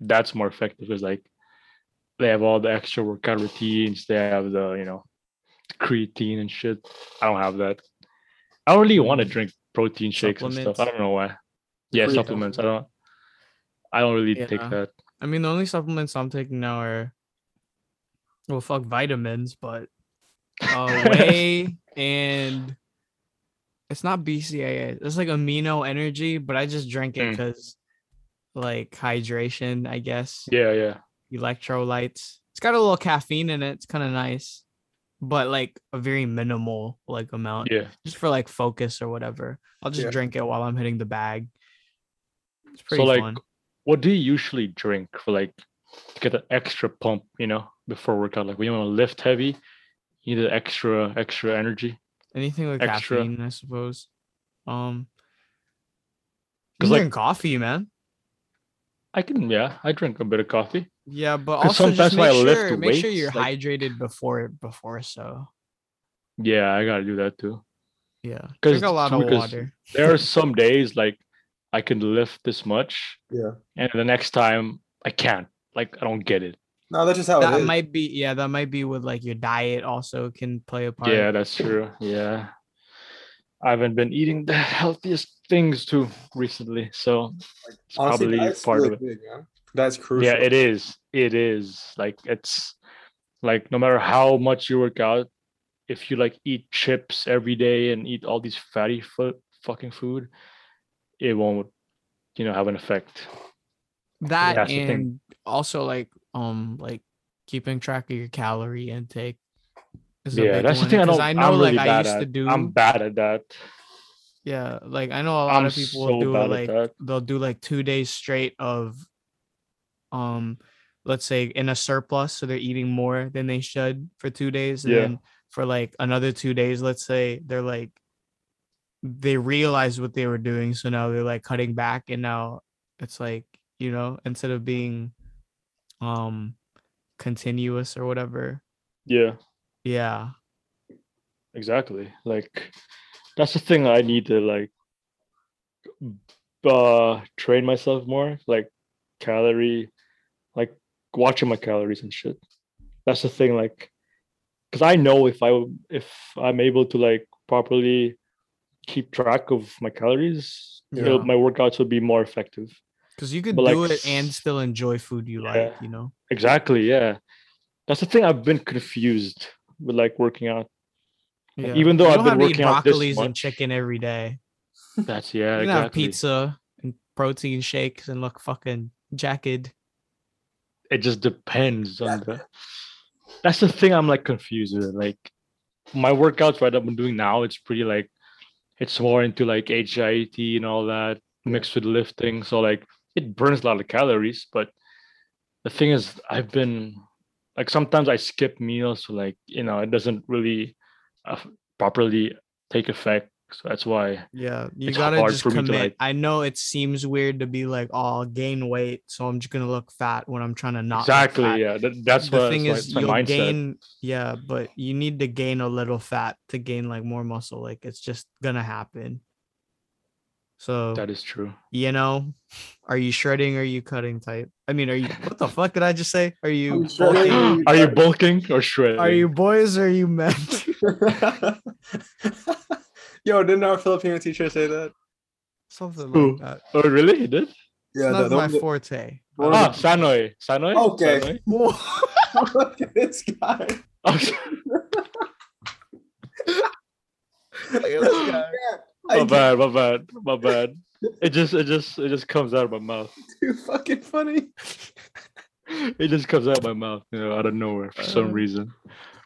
that's more effective because like they have all the extra workout routines they have the you know creatine and shit i don't have that i don't really want to drink protein shakes and stuff i
Supplements.
don't know why yeah
Pretty
supplements i don't i don't really take
Yeah.
that
I mean, the only supplements I'm taking now are, well, fuck vitamins, but uh, whey and it's not BCAA. It's like amino energy, but I just drink it
Mm.
because, like, hydration, I guess.
yeah yeah
electrolytes. It's got a little caffeine in it. It's kind of nice, but like a very minimal like amount,
yeah
just for like focus or whatever. I'll just
Yeah.
drink it while I'm hitting the bag. It's pretty
like,
fun.
what do you usually drink for like to get an extra pump, you know, before workout? Like when you want to lift heavy, you need an extra extra energy.
Anything with
extra.
caffeine, I suppose. Um,
'Cause,
you
like-
drink coffee, man.
I can yeah, I drink a bit of coffee.
Yeah, but
'Cause
also just
sometimes when
make
I
sure
lift
make sure
weights,
you're
like-
hydrated before before so.
Yeah, I gotta do that too.
Yeah,
'Cause
drink a lot of
because-
water.
There are some days like I can lift this much,
Yeah.
and the next time I can't. Like I don't get it.
No, that's just how Oh, it
That
is.
might be yeah. That might be with like your diet also can play a part.
Yeah, that's true. Yeah. I haven't been eating the healthiest things too recently. So it's
Honestly,
probably
that's
part
really
of it.
big, man. That's crucial.
Yeah, it is. It is. Like it's like no matter how much you work out, if you like eat chips every day and eat all these fatty fu- fucking food, it won't, you know, have an effect.
that
that's the thing.
and also like um like keeping track of your calorie intake is a
yeah,
big
that's
one,
the thing. I
'cause
don't.
I know
I'm
like
really
I
bad
used
at.
to do
I'm bad at that.
yeah like I know a lot
I'm
of people
so
do
bad
like
at that.
they'll do like two days straight of um let's say in a surplus so they're eating more than they should for two days and
Yeah.
then for like another two days let's say they're like they realized what they were doing so now they're like cutting back and now it's like you know instead of being um continuous or whatever
Yeah,
yeah
exactly. Like that's the thing I need to like uh train myself more. Like calorie like watching my calories and shit that's the thing like because i know if i w- if i'm able to like properly keep track of my calories it'll-
Yeah.
my workouts will be more effective
because you could
But, like,
do it and still enjoy food you like. You know,
Exactly. Yeah. That's the thing I've been confused with like working out. Like,
Yeah.
even though
you
I've been
don't have to
working
eat
out this
broccolis and
much-
chicken every day.
That's yeah,
You can have
exactly.
pizza and protein shakes and look fucking jacked.
It just depends on the that's the thing I'm like confused with. Like my workouts right I'm doing now, it's pretty like it's more into like HIIT and all that mixed with lifting. So like it burns a lot of calories, but the thing is I've been like sometimes I skip meals, so like you know, it doesn't really uh, properly take effect. So that's why
Yeah, you
It's
gotta
hard
just
for me to,
commit.
like-
I know it seems weird to be like, "Oh, I'll gain weight, so I'm just gonna look fat when I'm trying to not." look
exactly
fat."
yeah that, that's
the
what
thing
that's
is,
my,
you'll
mindset
gain. Yeah, but you need to gain a little fat to gain like more muscle. Like it's just gonna happen. So
that is true
you know, are you shredding? Or are you cutting type? I mean, are you? What the fuck did I just say? Are you? bulking?
are you bulking or shredding
Are you boys? Or are you men?
Yo, didn't our Filipino teacher say that?
Something
Who?
like that.
oh really you did
Yeah,
Not
that-
my
that-
forte.
One
ah
of
sanoy sanoy
Okay.
Sanoy?
Look at this guy.
Oh, s- my
I get
bad my bad my bad it just it just it just comes out of my mouth
too fucking funny.
it just comes out of my mouth you know out of nowhere for
Uh.
some reason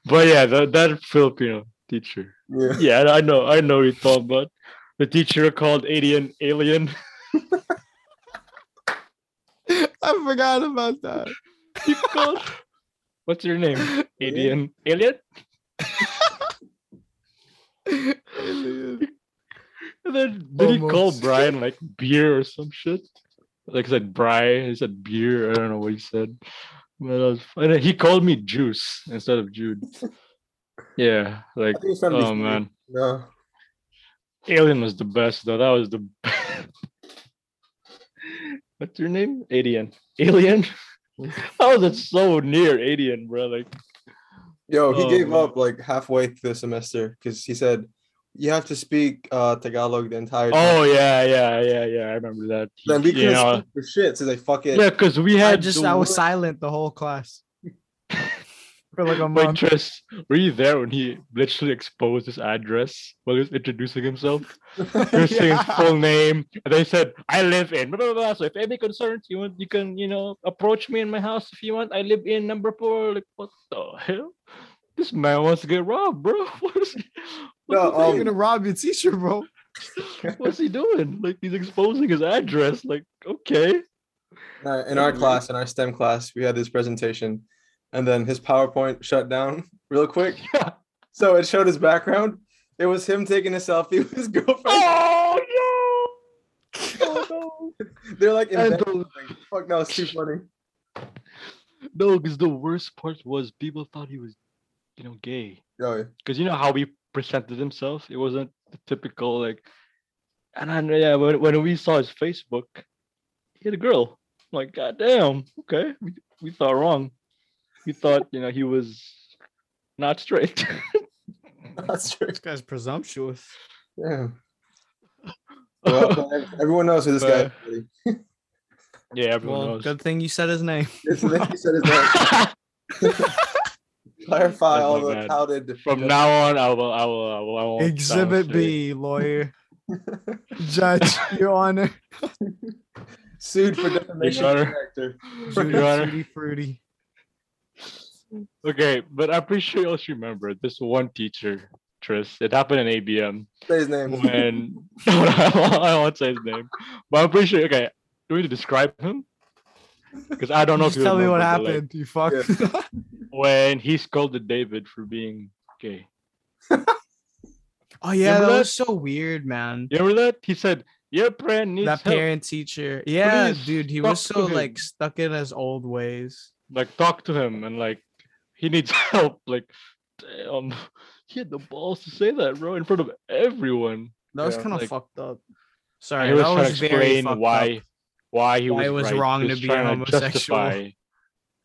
but yeah that, that filipino teacher
Yeah.
yeah i know i know what you thought about the teacher called alien alien
I forgot about that.
he called what's your name alien alien And then did he call
Almost.
Brian like beer or some shit? Like I said, Brian, he said beer. I don't know what he said. But that was fu- and then he called me Juice instead of Jude. Yeah, like
I think it's from
oh
before.
man,
No.
Alien was the best though. That was the. What's your name? Alien. Alien. How is it so near Alien, bro? Like
Yo, he
Oh,
gave
man.
up like halfway through the semester because he said you have to speak uh Tagalog the entire time.
oh yeah, yeah, yeah, yeah. I remember that. He-
then we
you
couldn't
know,
speak for shit. So he's like, fuck it.
yeah, because we
I
had
just
the
I was
worst-
silent the whole class for like a
Wait,
month.
Tris, were you there when he literally exposed his address while he was introducing himself? He was saying his full name, and they said, "I live in blah blah blah." So if any concerns, you want, you can you know approach me in my house if you want. I live in number four. Like what the hell? This man wants to get robbed, bro. What is he? What
No,
the heck?
um,
gonna rob your teacher, bro.
What's he doing? Like he's exposing his address. Like okay,
Uh, in our class, in our STEM class, we had this presentation, and then his PowerPoint shut down real quick.
yeah.
So it showed his background. It was him taking a selfie with his girlfriend.
Oh no! Oh no!
They're like,
And
inventing
the-
something. fuck no, it's too funny.
No, because the worst part was people thought he was, you know, gay.
Yo,
Because you know how he presented himself. It wasn't the typical like. And I know, yeah, when when we saw his Facebook, he had a girl. I'm like, God damn, okay, we we thought wrong. We thought you know he was not straight.
that's true.
This guy's presumptuous.
Yeah. Well, everyone knows who this guy is. buddy.
yeah, everyone
Well,
knows.
good thing you said his name.
It's Nick who said his name. Clarify
That's
all
my
the
bad.
touted.
From now on, I will, I will, I will, I will
Exhibit B, lawyer, judge, your honor,
sued for defamation
Your
of
Honor.
character.
Judy,
Your honor.
Judy fruity.
Okay, but I'm pretty sure you also remember this one teacher, Tris. It happened in ABM
Say his name.
when I won't- I won't say his name, but I'm pretty sure. Okay, do we need to describe him? Because I don't know.
Just
if you
tell me what
remember, but, like,
happened. You fuck.
when he scolded David for being gay.
Oh yeah, that
Remember
was so weird, man.
You remember that? He said, "Your parent needs
That
help.
parent teacher. Yeah,
Please
dude, he was
talk to
so like
him.
stuck in his old ways.
Like talk to him and like he needs help." Like, damn, he had the balls to say that, bro, in front of everyone.
That was
Yeah,
kind of
like-
fucked up.
And
Sorry,
he was
that
trying to
was very
explain
fucked
why
up.
why he
Why
was,
it was
right. He
wrong to be
trying
homosexual.
justify-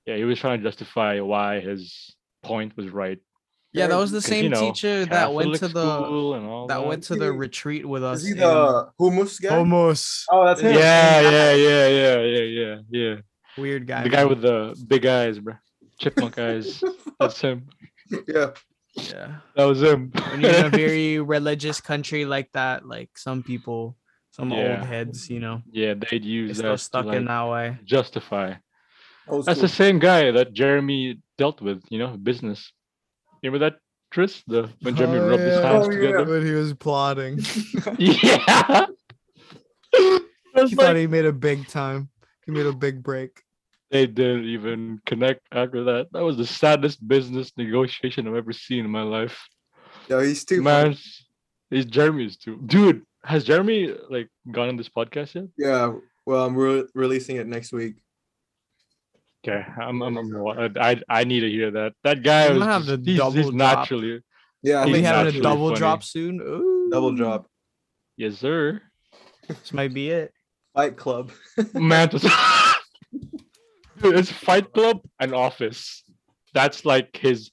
Yeah, he was trying to justify why his point was right.
Yeah, that was the
'Cause,
same
you know,
teacher that went to
Catholic
the
school and all
that went to the
Is he-
retreat with us.
Is he
in-
the hummus guy?
Homos.
Oh, that's him.
yeah, yeah, yeah, yeah, yeah, yeah,
Weird
yeah.
guy.
The guy
man.
with the big eyes, bro. Chipmunk eyes. That's him.
yeah.
yeah.
That was him.
When you're in a very religious country like that, like some people, some
Yeah.
old heads, you know,
yeah, they'd
they're
use
still
that
stuck
to, like,
in that way.
justify.
Old
That's
school.
the same guy that Jeremy dealt with, you know, business. You remember that, Tris? The when Jeremy
Oh,
rubbed his
yeah.
hands
Oh, yeah.
together.
When he was plotting,
Yeah. It's
he
like,
thought he made a big time. He made a big break.
they didn't even connect after that. That was the saddest business negotiation I've ever seen in my life.
Yo, he's too.
Man, is Jeremy's too. Dude, has Jeremy like gone on this podcast yet?
Yeah. Well, I'm re- releasing it next week.
Okay, I'm, I'm, I'm I, I- I need to hear that. That guy
I'm
was
gonna have
just-
to
he's, he's
double drop.
naturally
Yeah. I
Are
He's
we
think
had
having
that's
a
naturally
double
funny.
drop soon? Ooh.
double drop.
yes sir.
This might be it.
Fight Club.
Man, Dude, it's Fight Club and Office. That's like his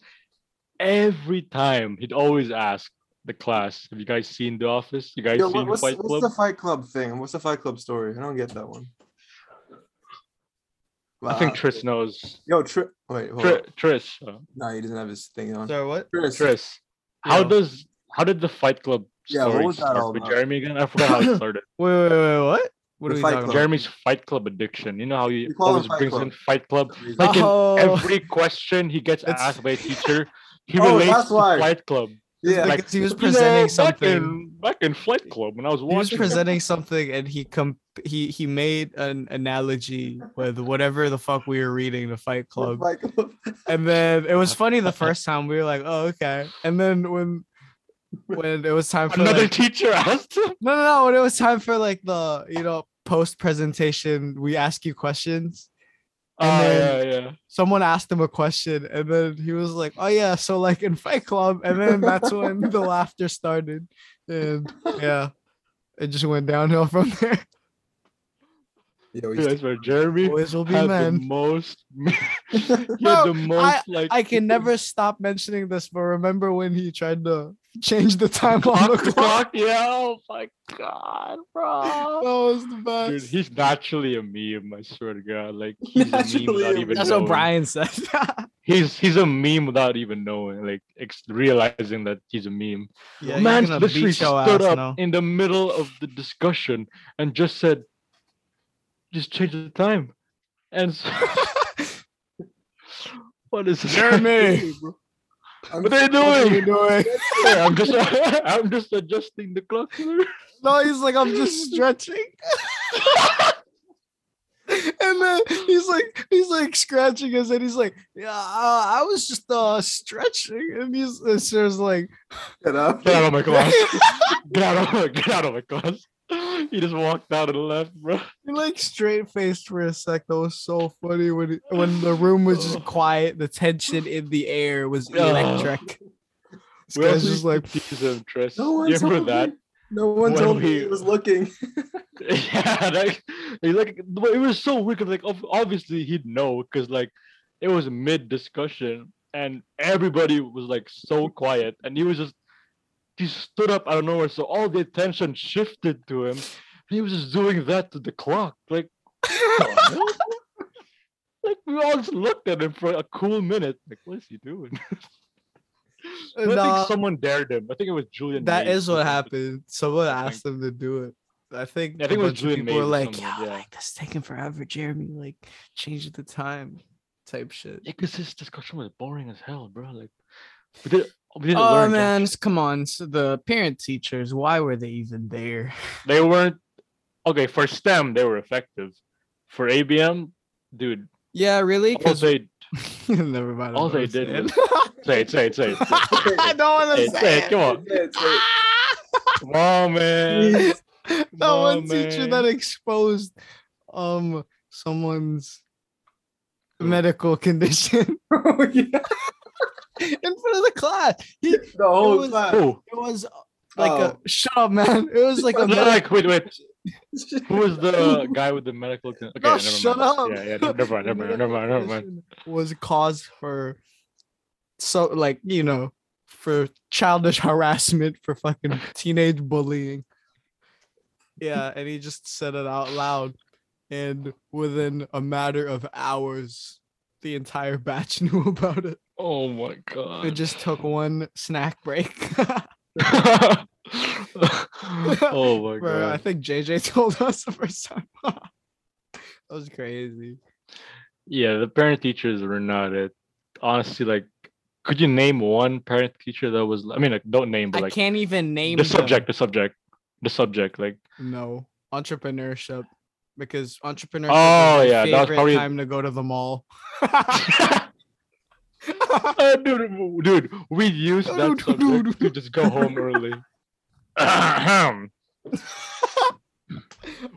every time he'd always ask the class, "Have you guys seen The Office? You guys
Yo,
seen
what, what's,
Fight
what's
Club?"
the Fight Club thing? What's the Fight Club story? I don't get that one.
I
Wow.
think Tris knows.
Yo, Tri- wait, hold
Tri-
up.
Tris, uh,
No, he doesn't have his thing on.
Sorry, what?
Tris.
Tris, how
Yeah.
does how did the Fight Club
Yeah, what
story
was that
start
all
with
about?
Jeremy again? I forgot how it started.
Wait, wait, wait, what? What
The
are we
Fight
talking about?
Club.
Jeremy's Fight Club addiction. You know how he
We call it
always
Fight
brings
Club.
in Fight Club.
Like,
Like in
Oh.
every question he gets
It's-
asked by a teacher, he
Oh,
relates
that's
to
why.
Fight Club.
yeah,
Like,
like,
because he was
You know,
presenting something.
Back in, back in Flight Club when I was
he was
watching.
presenting something and he com- he he made an analogy with whatever the fuck we were reading the fight club
Fight Club.
and then it was funny the first time we were like oh okay and then when when it was time for
Another
like-
teacher asked him.
no no no when it was time for like the you know post presentation we ask you questions And
Ah,
then-
yeah, yeah.
someone asked him a question and then he was like oh yeah so like in fight club and then that's when the laughter started and yeah it just went downhill from there
Yo,
Dude, I
he's
swear, Jeremy
always will be
had the
men
most. he
Bro,
had the most like.
I can never stop mentioning this, but remember when he tried to change the time on the
clock,
clock?
clock. Yeah, oh my god,
That
bro.
was the
Dude,
best.
he's naturally a meme. I swear to God, like he's a meme
Naturally a
without
meme.
even
That's
knowing.
what Brian said.
He's he's a meme without even knowing, like ex- realizing that he's a meme.
yeah,
man literally stood up in the middle of the discussion and just said, "Just change the time." And so, what is this?
Jeremy,
I'm,
What are they
what are you
doing?
doing?
I'm just, I'm just adjusting the clock. here."
No, he's like, I'm just stretching. And then he's like, he's like scratching his head. He's like, yeah, uh, I was just uh stretching. And he's, and Sarah's like,
Get up.
Get out of my class! Get out of my, get out of my class! He just walked out and left, bro.
He like straight faced for a sec. That was so funny when it- when the room was just quiet. The tension in the air was
Yeah.
electric. This
We
guy's
also
just
used
like,
to tease him, Tris.
No one
you remember
told
that?
me. No one
When
told me
we-
he was looking.
yeah, like, he, like but it was so weird. 'cause, Like, ob- obviously he'd know because like it was mid discussion and everybody was like so quiet, and he was just he stood up out of nowhere, so all the attention shifted to him. And he was just doing that to the clock, like. what the hell? Like we all just looked at him for a cool minute. Like, what is he doing? And I
nah,
think someone dared him. I think it was Julian.
uh, that
Mays
is
or
what
something.
happened. Someone
I think-
asked him to do it. I think
Yeah, I
a
think it was
bunch of
Julian
people were
Mays or
like,
someone,
yeah,
yeah.
like this is taking forever, Jeremy. Like change the time, type shit.
Yeah, because this discussion was boring as hell, bro. Like, we did. We didn't
Oh
learn
man,
man,
s- come on. So the parent teachers, why were they even there?
they weren't okay for STEM. They were effective. For ABM, dude,
Yeah, really?
all
Because
they
never mind. I
all
don't
they did
understand.
was say it, say it, say it. say it,
I don't want
Say it,
to
say
say
it.
it.
Come on,
Yeah, it's like-
Ah!
come on, man.
Jeez.
that
on,
one teacher
man.
that exposed um someone's
Who?
medical condition
Oh, yeah.
in front of the class.
The whole
was-
class.
Who?
It was uh, like
Oh.
a shut up, man. It was like a
No,
medi-
like, wait, wait. Who was the guy with the medical? Con- okay,
No,
never
shut
mind.
up.
Yeah, yeah. no- Never mind.
The
Never mind. Never
medical
mind. Never mind.
condition Was cause for so like you know for childish harassment, for fucking teenage bullying. Yeah, and he just said it out loud. And within a matter of hours, the entire batch knew about it.
Oh my god.
It just took one snack break.
oh my
Bro, I
god.
think JJ told us the first time. that was crazy.
Yeah, the parent teachers were not it. Honestly, like could you name one parent teacher that was I mean like don't name but
I
like
can't even
the
name
subject, the subject, the subject, like
Them. No entrepreneurship, because entrepreneurship.
Oh,
is my
yeah, that was
favorite
probably-
time to go to the mall.
Uh, dude, w- dude, we used
Dude,
that
dude,
subject to
dude.
just go home early. Ahem. We'd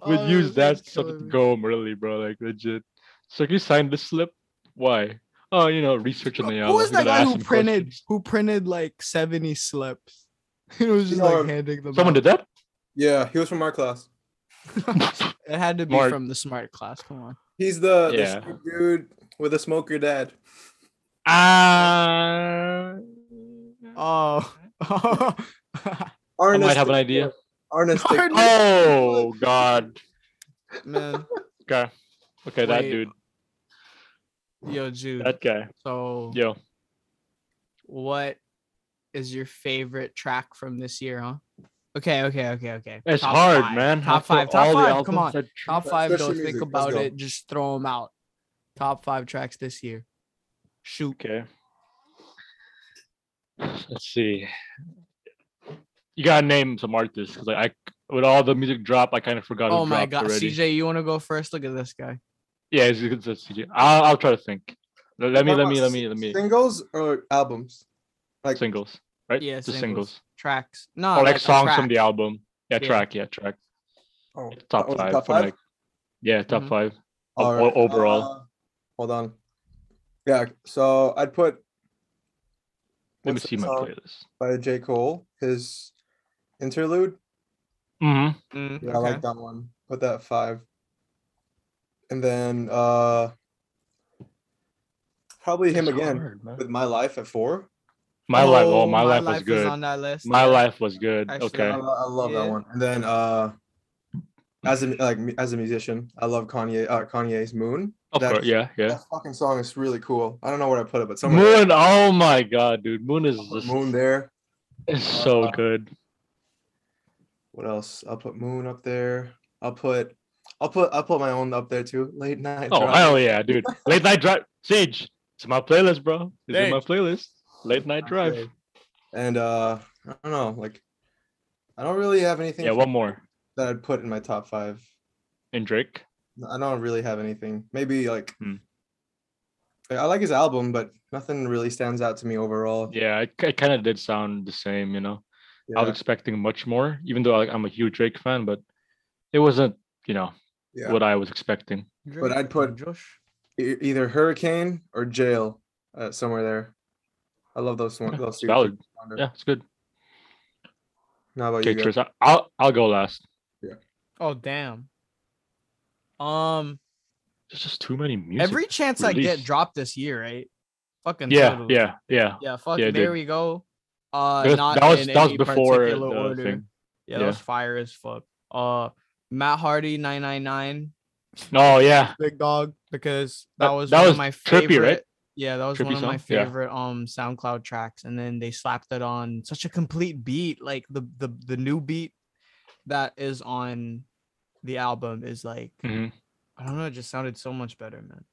Oh,
use
that's
that
killing
subject to
me.
go home early, bro. Like legit. So can you sign this slip? Why? Oh, you know, research on the
Who was that guy who printed
Questions.
who printed like seventy slips? It was just
know,
like handing them.
Someone
out.
did that?
Yeah, he was from our class.
It had to be
Mark.
from the smart class. Come on.
He's the, the
Yeah.
short dude with a smoker dad.
Ah.
Oh.
I
Arnest
might have an idea.
Arnest.
Arnest.
Oh God.
man,
Okay. Okay, that
Wait.
dude.
yo, Jude.
That guy.
so,
Yo.
what is your favorite track from this year, huh? Okay, okay, okay, okay.
It's
Top
hard,
five.
man.
Top
After
five. Top
all the
five. Come on.
albums that-
Top five. Don't
Especially
think
music, let's
about
go.
it. Just throw them out. Top five tracks this year. Shoot.
Okay. Let's see. You gotta name some artists because like I with all the music drop, I kind of forgot.
Oh
who
my
dropped
god,
Already.
CJ, you want to go first? Look at this guy.
Yeah, it's, it's, it's CJ. I'll, I'll try to think. Let, let me, let me, let me, let me.
Singles or albums? Like
Singles, right?
Yeah,
Just
singles.
singles.
Tracks. No,
Or like,
a
songs from
track.
the album. Yeah,
Yeah.
track. Yeah, track.
oh, that
Top
was the
five.
top
from,
five?
like- yeah, top
Mhm.
five. o-
All right,
overall.
uh, hold on. Yeah, so I'd put
Let me
what's
see
that
my
song
playlist.
by J. Cole, his interlude.
hmm
Mm,
Yeah,
okay.
I like that one. Put that at five. And then uh probably him again with my life at four.
My life. Oh,
Oh,
my, life, was
Is
good.
on that list.
my
yeah.
life was good.
Actually,
okay.
I,
Yeah.
lo- I love
Yeah.
that one. And then uh as a like mu- as a musician, I love Kanye uh, Kanye's Moon.
Of
That-
course. Yeah. Yeah.
That fucking song is really cool. I don't know where I put it, but somewhere there.
Moon. Oh my God, dude. Moon is
I'll put
just
Moon there.
It's so
Uh,
good.
What else? I'll put Moon up there. I'll put I'll put I'll put my own up there too. Late night.
Oh
Drive.
hell yeah, dude! Late night drive, Siege. It's my playlist, bro. It's in my
Thanks.
playlist. Late night drive.
Okay. And uh I don't know, like I don't really have anything
Yeah,
for-
one more.
that I'd put in my top five.
And Drake.
I don't really have anything. Maybe like
Hmm.
I I like his album, but nothing really stands out to me overall.
Yeah, it, it kind of did sound the same, you know. I was
Yeah,
expecting much more, even though like, I'm a huge Drake fan, but it wasn't, you know,
yeah.
what I was expecting.
Drake
I'd put-
and Josh.
E- either Hurricane or Jail, uh, somewhere there. I love those one.
Yeah,
Those
it's
two.
valid.
Wonder.
Yeah, it's good.
How about
Okay,
you? guys?
Tris, I- I'll I'll go last.
Oh damn. Um,
There's just too many music.
every chance I get
released.
dropped this year, right? Fucking
yeah,
totally.
yeah, yeah.
yeah. Fuck.
Yeah, I
there
did.
we go. Uh,
Because
not
that was
in
that was
any
before the
particular order.
thing.
Yeah, that
Yeah.
was fire as fuck. Uh, Matt Hardy, nine nine nine,
Oh yeah,
big dog, because that,
That-
was
that
one
was
of my
Trippy, right?
favorite. Yeah, that was
Trippy
one of my
song? Yeah.
favorite um SoundCloud tracks, and then they slapped it on such a complete beat, like the the the new beat that is on the album is like
hmm
I don't know, it just sounded so much better, man.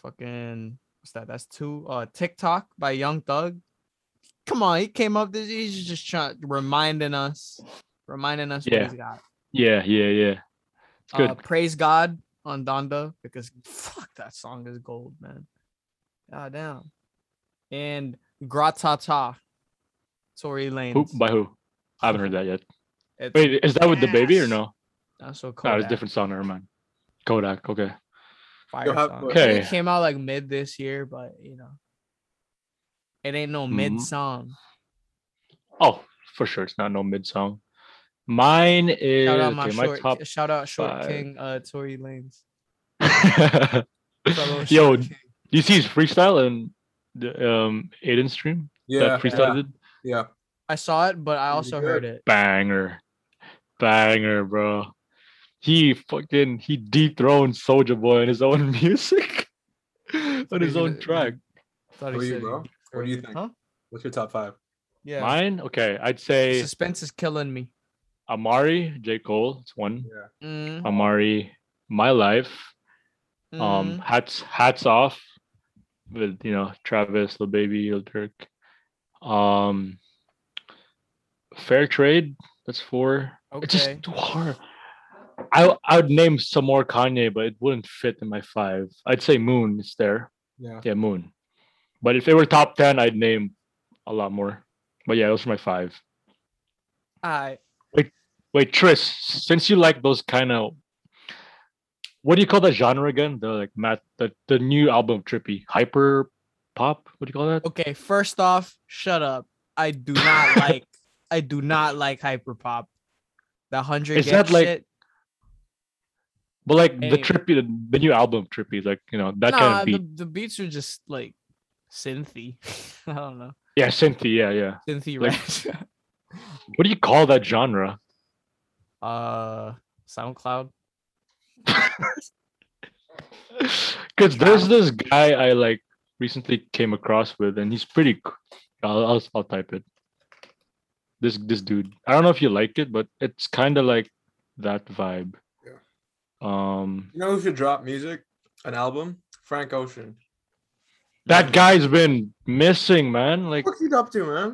Fucking what's that? That's two. Uh, TikTok by Young Thug. Come on, he came up this. He's just trying reminding us, reminding us
Yeah.
what he's got.
yeah, yeah, yeah. It's good.
Uh, praise God on Donda because fuck that song is gold, man. God damn. And Gratata, Tory
who
Lanez.
by who? I haven't heard that yet.
It's-
Wait, is that with the baby or
Yes.
no?
that's so
No,
cool.
it's a different song. Never mind. Kodak. Okay.
Fire
You'll have
song.
to-
I think It
Okay.
came out like mid this year, but you know, it ain't no
Mhm.
mid song.
Oh, for sure. It's not no mid song. Mine is
Shout out
okay,
my,
my,
short.
top.
shout out short
five.
king, uh, Tory Lanez.
Yo,
Fellow Short
do
King.
you see his freestyle and the um Aiden stream?
Yeah.
that freestyle
Yeah.
did.
yeah.
I saw it, but I
Pretty
also
good.
heard it.
Banger. Banger, bro. He fucking he dethroned Soldier Boy on his own music. on his
Speaking
own
of-
track.
Thought
Who
he
you,
said-
bro? What do you think?
Huh?
What's your top five?
Yeah.
Mine? Okay. I'd say
Suspense is killing me.
Amari, J. Cole. It's one.
Yeah.
Mm,
Amari, My Life. Um,
mhm.
hats hats off with you know Travis, the baby, Lil Durk. Um, fair trade. That's four. It's
Okay.
just too hard. I I would name some more Kanye, but it wouldn't fit in my five. I'd say Moon is there.
Yeah.
Yeah, Moon. But if it were top ten, I'd name a lot more. But yeah, those are my five.
I
Wait, Tris, since you like those kind of what do you call that genre again? The like Matt the, the new album of Trippy. Hyper pop? What do you call that?
okay. First off, shut up. I do not like. I do not like hyperpop. The hundred
Is
gang
that like-
shit.
But like the
Hey.
trippy the, the new album of trippy, like you know, that kind
Nah,
of beat.
The, the beats are just like synthy. I don't know.
Yeah, Cynthia, yeah, yeah.
Synthy
Like-
rap.
What do you call that genre?
uh, SoundCloud.
Because there's this guy I like recently came across with, and he's pretty. c- I'll I'll, I'll type it. This this dude. I don't know if you like it, but it's kind of like that vibe.
Yeah.
Um,
You know who should drop music? An album? Frank Ocean.
that guy's been missing, man. Like,
What's he up to, man?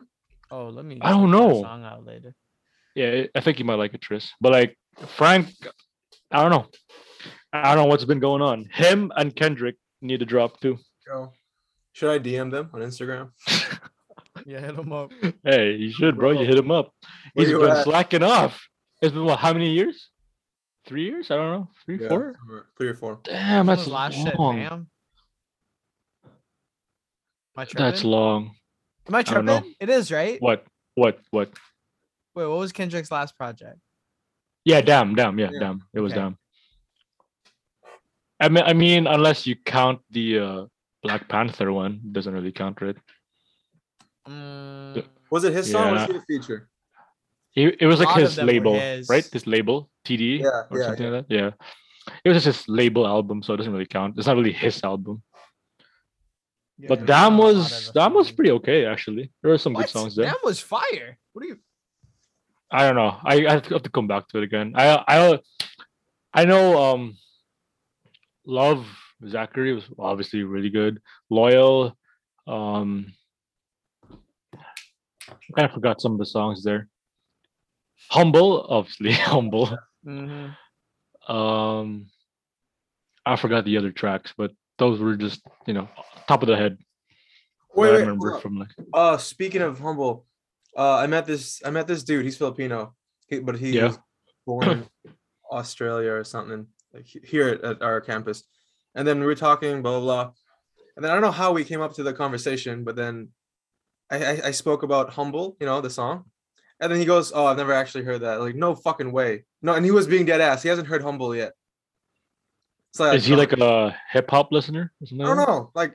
Oh, let me.
I don't
check that
know.
Song out later.
yeah, I think you might like it, Tris. But like Frank, I don't know. I don't know what's been going on. Him and Kendrick need to drop too.
Yo. Should I DM them on Instagram?
Yeah, hit him up.
Hey, you should, bro. You
Bro,
hit him up.
where
He's
you
been
at?
slacking off. It's been what? How many years? Three years? I don't know. Three,
Yeah,
four?
somewhere- Three or four.
Damn,
When
that's
was last shit,
long.
ma'am? Am I
that's
tripping?
long.
Am I
don't know.
tripping? It is right.
What? What? What?
Wait, what was Kendrick's last project?
Yeah, damn, damn, yeah,
Yeah,
damn. It was
okay.
damn. I mean, I mean, unless you count the uh, Black Panther one, doesn't really count, right?
Mm,
Was it his song or was
Yeah.
he a feature?
It, it was like
lot of
his
them were
label, right?
his.
His label, TD
Yeah,
or
yeah,
something like that. Yeah, it was just his label album, so it doesn't really count. It's not really his album.
yeah,
But
there's
Dam
not a lot
was
of the
Dam was
songs.
pretty okay actually. There were some
What?
good songs there.
Damn was fire. What are you?
I don't know. I, I have to- have to come back to it again. I I I know um Love Zachary was obviously really good. Loyal um I kind of forgot some of the songs there. Humble, obviously humble. Um I forgot the other tracks, but those were just, you know, top of the head. what
Wait,
I
wait, hold
remember
up.
from like
Uh, speaking of humble, uh, I met this. I met this dude. He's Filipino, he, but he
Yeah.
was born in Australia or something, like he- here at, at our campus. And then we were talking, blah blah blah. And then I don't know how we came up to the conversation, but then I, I, I spoke about humble, you know, the song. And then he goes, "Oh, I've never actually heard that. Like, no fucking way. No." And he was being dead ass. He hasn't heard humble yet. It's
Is he
"Oh."
like a hip hop listener? or
I
something
don't
like that?
know. Like,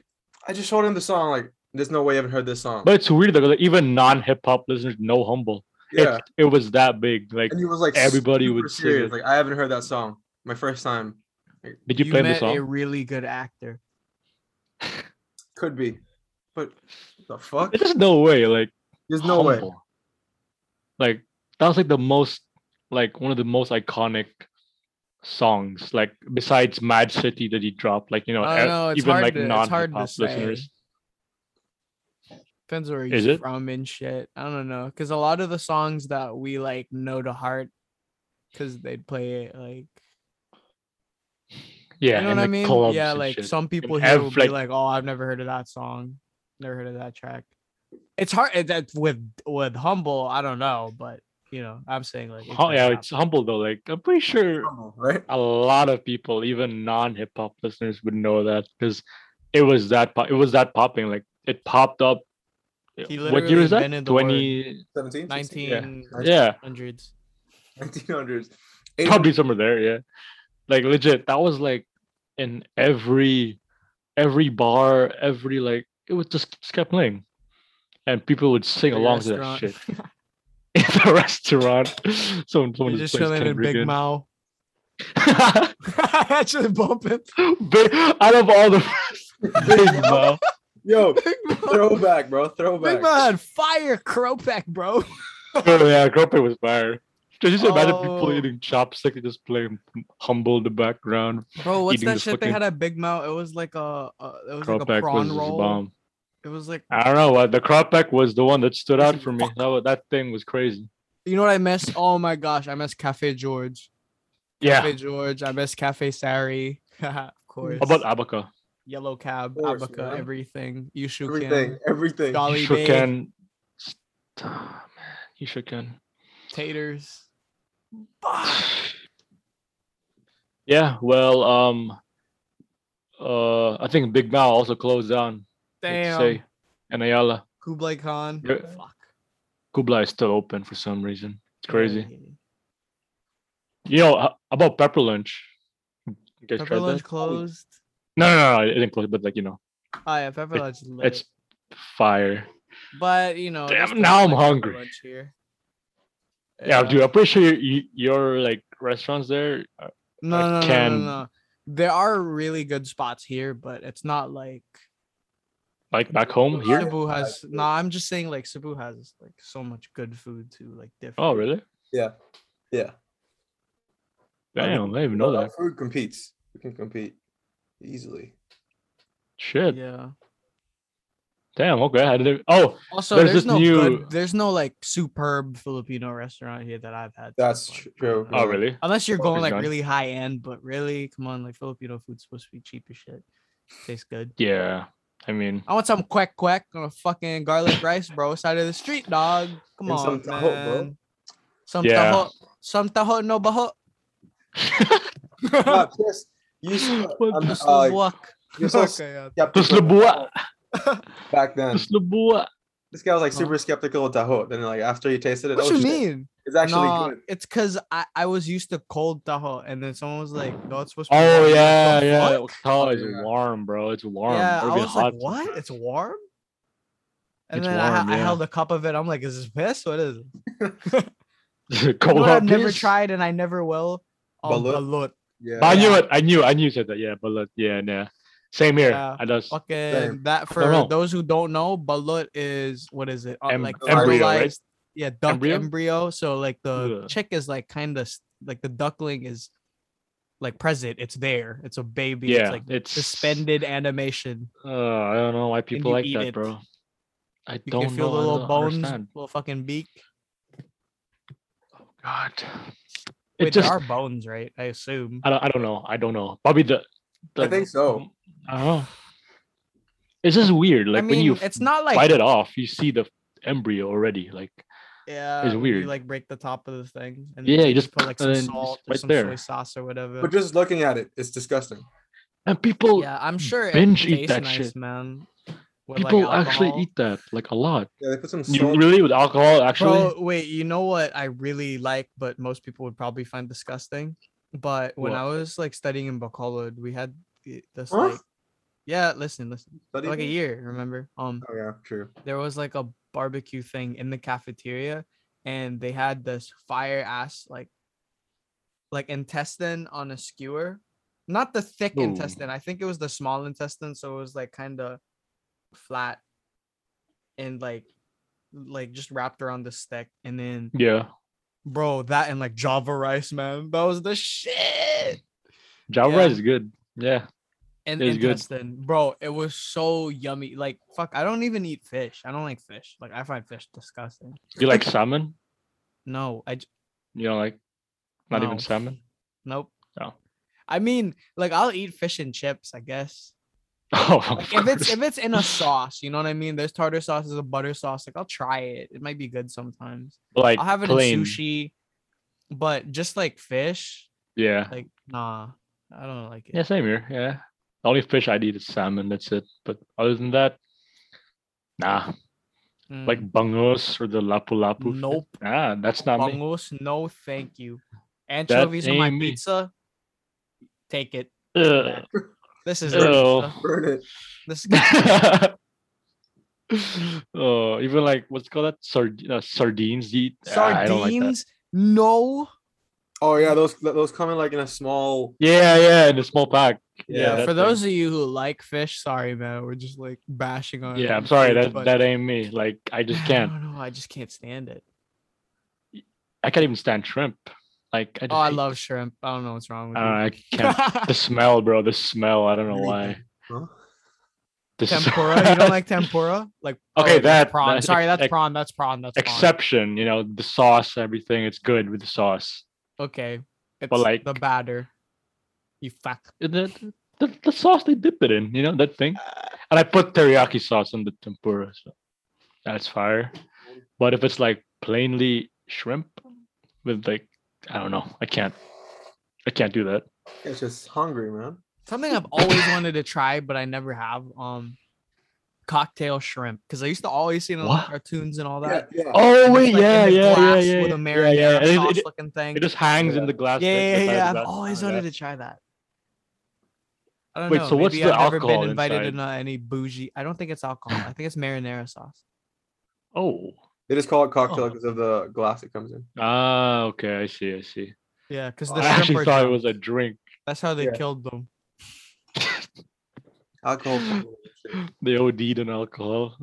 I just showed him the song. Like, there's no way you haven't heard this song.
But it's weird though, like, even non hip hop listeners know humble.
yeah.
It, it was that big. Like,
and he was like
everybody
super
would sing it.
Like I haven't heard that song. My first time
did you, play the
met a
song?
really good actor.
could be, but the fuck?
There's no way. Like,
There's no way.
Humble. Like that was like the most, like one of the most iconic songs. Like besides Mad City that he dropped. Like you know,
I don't
e-
know, it's
even
hard
like
to-
non
it's hard
hip
to
hop listeners.
Depends where
Is
he's
it?
from and shit. I don't know, because a lot of the songs that we like know to heart, because they'd play it like
Yeah,
you know
in,
what I
like,
mean.
clubs
Yeah,
and
like
shit.
some people
And
here will
ev-
be
like-
like, "Oh, I've never heard of that song, never heard of that track." It's hard it- that with with humble. I don't know, but you know, I'm saying like, it
Hu-
could
yeah,
happen.
it's humble though. Like I'm pretty sure
Humble, right?
a lot of people, even non-hip hop listeners, would know that because it was that pop- it was that popping. Like it popped up.
He
what year
literally
is that?
invented the word.
Twenty.
17, 16?
yeah.
19
Yeah,
hundreds.
1900s.
probably somewhere there. Yeah, like legit. That was like in every every bar, every like it was just just kept playing. and people would sing
Big
along to that
restaurant.
shit. In the restaurant, someone, someone
You're
just
just
plays
chilling in Big
Kendrick
Mouth.
in.
Actually bumping.
Big, out of all the Big Mouth,
Yo,
Big Mouth.
throwback, bro. Throwback.
Big Mouth had fire Kropek, bro.
oh, yeah, Grumpy was fire. Just just imagine people
Oh.
eating chopstick and just play humble in the background.
Bro, what's
Eating
that
this
shit they
fucking-
had at Big Mouth? It was like a, a it was like a
Kropek was
prawn
his
roll.
bomb.
It was like
I don't know. uh, The Kropek was the one that stood
It's
out
like,
for me.
fuck.
That, wa- that thing was crazy.
you know what I miss? Oh my gosh, I miss Cafe George.
Yeah.
Cafe George. I miss Cafe Sari. of course.
How about Abaca?
Yellow Cab,
Of course,
Abaca,
man.
everything. Yushu
everything,
Kim,
everything.
Dolly
Yushuken.
Bay,
St- ah, man, Yushuken.
Taters.
Yeah, well, um, uh, I think Big Mal also closed down.
Damn.
and Ayala
Kublai Khan.
Yeah.
Fuck.
Kublai is still open for some reason. It's
Yeah,
crazy.
yeah, yeah.
You know h- about Pepper Lunch? You guys
Pepper
tried that?
Lunch closed.
No, no, no, it didn't close, but like you know,
Oh yeah, Pepper
It-
Lunch is lit.
it's fire.
but you know,
Damn,
there's
now
not
I'm
much Pepper
hungry.
Lunch here.
Yeah, dude, I'm pretty sure you, your like restaurants there. uh,
No, no, no, no,
can-
no, no. There are really good spots here, but it's not like
Like back home Oh, here.
Cebu has.
Like,
No, I'm just saying like Cebu has like so much good food too, like different.
Oh, really?
Yeah, yeah.
Damn, I didn't even know
Well, our
that.
food competes. We can compete easily.
Shit.
Yeah.
Damn. Okay. I didn't. Oh,
Also,
There's
there's,
this
no
new-
good, there's no like superb Filipino restaurant here that I've had. so
That's
far.
tr- true.
oh,
Yeah.
really?
Unless you're going
Fuckers
like
done.
really high end, but really, come on, like Filipino food's supposed to be cheap as shit. Tastes good.
Yeah. I mean,
I want some quack quack on a fucking garlic rice, bro. Side of the street, dog. Come
And
on,
some taho, bro.
man. Some
Yeah.
taho, some taho no baho.
Ah, Chris, you said,
What
I'm,
the-
Just
uh,
the walk.
you're so
Okay, yeah.
Tapos
skeptical
labua.
back then.
Tapos labua.
This guy was like
Huh?
super skeptical of taho. Then like after he tasted it,
What
oh,
you
shit,
mean?
It's actually
Nah,
good.
it's because I, I was used to cold taho, and then someone was like, "No, it's supposed to." be warm."
Oh
I'm like,
yeah,
"The
yeah.
fuck?"
Tao is
Yeah.
warm, bro. It's warm.
Yeah,
It'll
I
be
was
hot.
like, "What? It's warm?" And
It's
then I,
warm,
I
yeah.
held a cup of it. I'm like, "Is this piss? What is it?" You
Cold
know what
hot
I've never
piss?
tried, and I never will. Um,
Balut.
balut.
Yeah.
But I knew
Yeah.
it. I knew. I knew you said that. Yeah, but like, yeah, yeah. Same here.
Yeah.
I does.
Fucking that for
know.
those who don't know, balut is what is it? Uh,
Em-
like
embryo, right?
fertilized- Yeah, duck
Embryo?
embryo? So like the
Ugh.
chick is like kind of like the duckling is like present. It's there. It's a baby.
Yeah,
It's like
it's
suspended animation.
Uh, I don't know why people
you
like
eat
that,
it.
bro. I
You
don't
can
know.
feel the
I
little
don't
bones,
understand.
little fucking beak.
God, it
Wait,
just.
there are bones, right? I assume.
I don't. I don't know. I don't know. Probably the. the
I think so.
I don't know. It's just weird. Like
I
when you
mean, it's not like
bite it off, you see the embryo already. Like
yeah, when
weird.
You like break the top of the thing, and
Yeah, you just
put like some
and then just
salt or
right
some soy
there.
sauce or whatever.
But just looking at it, it's disgusting.
and people
yeah, I'm sure it
binge eat
tastes
that
nice,
shit.
man. With, like,
people actually
alcohol.
eat that like a lot.
Yeah, they put some
You
salt.
really with alcohol actually?
Bro, wait, you know what I really like, but most people would probably find disgusting. But when
What?
I was like studying in Bacolod, we had th- this
Huh?
like, yeah, listen, listen,
Bloody
for, like a
hell.
year, remember? Um,
Oh yeah, true.
there was like a barbecue thing in the cafeteria, and they had this fire ass like, like intestine on a skewer, not the thick
Ooh.
intestine. I think it was the small intestine, so it was like kind of flat, and like, like just wrapped around the stick, and then
yeah.
bro that and like java rice man that was the shit
Java
Yeah.
rice is good. Yeah.
and
It was good.
intestine bro it was so yummy like fuck i don't even eat fish i don't like fish like i find fish disgusting
You like salmon?
no i j-
You know, like not
no.
even salmon. Oh.
nope
No.
i mean like i'll eat fish and chips i guess
Oh, of
like if it's
course.
if it's in a sauce you know what i mean there's tartar sauce there's a butter sauce like i'll try it it might be good sometimes
like
i'll have it
plain.
in sushi but just like fish
Yeah.
like nah i don't like it
Yeah, same here. Yeah. The only fish I'd eat is salmon. That's it. But other than that,
Hmm.
nah.
Mm.
Like bangos or the lapu lapu. shit.
nope
Nah, that's not me.
Bungles, no thank you. Anchovies on my
ain't me.
pizza, take it.
Ugh.
This is
Ew.
good.
Burn it.
This is good.
yeah, Oh, even like what's it called that Sard- uh, sardines. You eat- Ah, I don't like that.
Sardines? no.
Oh yeah, those those come in like in a small.
Yeah, yeah, in a small pack.
Yeah,
Yeah, that
for
thing.
those of you who like fish, sorry man, we're just like bashing on.
Yeah, I'm sorry
food,
that
Uh, but-
that ain't me. Like I just can't.
I don't know. I just can't stand it.
I can't even stand shrimp. Like I just
Oh, I
hate-
love shrimp. I don't know what's wrong with
I don't know, I
you.
can't. Uh, the smell, bro. The smell. I don't know
Really?
why.
Huh?
The s-
tempura. You don't like tempura? Like
Okay,
that's
that-
prawn.
that-
Sorry, that's
ex-
prawn. That's prawn. That's prawn.
exception. You know the sauce, everything. It's good with the sauce.
okay. It's
like-
the batter. You fuck.
The, the, the sauce they dip it in. You know that thing. And I put teriyaki sauce on the tempura, so that's fire. But if it's like plainly shrimp with like I don't know, I can't. I can't do that.
It's just hungry, man.
Something I've always wanted to try, but I never have. Um, cocktail shrimp because I used to always see it in like,
What?
cartoons and all that.
yeah, yeah.
Oh
And it's,
wait,
like, in
yeah,
the
yeah, yeah,
glass
yeah,
With
yeah,
a
yeah,
marinara
yeah. And
sauce
It, it,
looking thing.
it just hangs in the glass.
yeah,
like,
yeah,
beside
yeah,
the
yeah.
glass.
I've always
Oh,
wanted
yeah.
to try that. I don't
Wait,
know.
so what's
Maybe
the
I've never
alcohol
been invited
inside?
to any bougie. I don't think it's alcohol. I think it's marinara sauce.
Oh,
They just call it
Oh.
cocktail because of the glass it comes in.
ah, okay, I see, I see.
Yeah, because
Oh,
the
I
shrimp
actually
were
thought it
drunk.
was a drink.
That's how they
Yeah.
killed them.
Alcohol. fucking shit.
They OD'd on alcohol.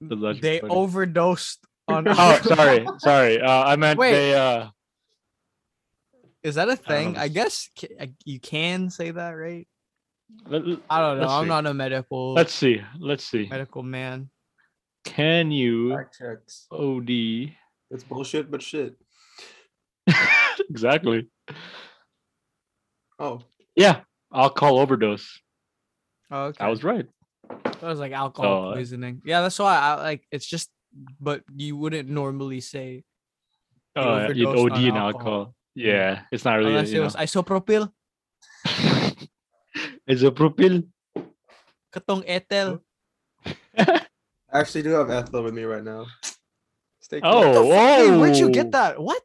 That's actually
They
funny.
overdosed on.
Oh, sorry, sorry. Uh, I meant
Wait.
they. Uh,
Is that a thing?
know.
I, guess ca- I- you can say that, right?
let- let-
I don't know.
let's
I'm
see.
not a medical
Let's see. Let's see.
medical man.
Can you
Fact checks.
OD?
It's bullshit, but shit.
exactly.
Oh,
Yeah, alcohol overdose.
Oh, okay.
I was right.
That was like alcohol
uh,
poisoning. Yeah, that's why I like. It's just, but you wouldn't normally say You
Uh, you
overdosed
OD
on
on
alcohol.
alcohol. Yeah, it's not really.
unless it
You know.
was isopropyl,
it's a propyl.
katong ethyl.
I actually do have Ethel with me right now. Stay cool.
Oh,
Hey,
whoa.
where'd you get that? What?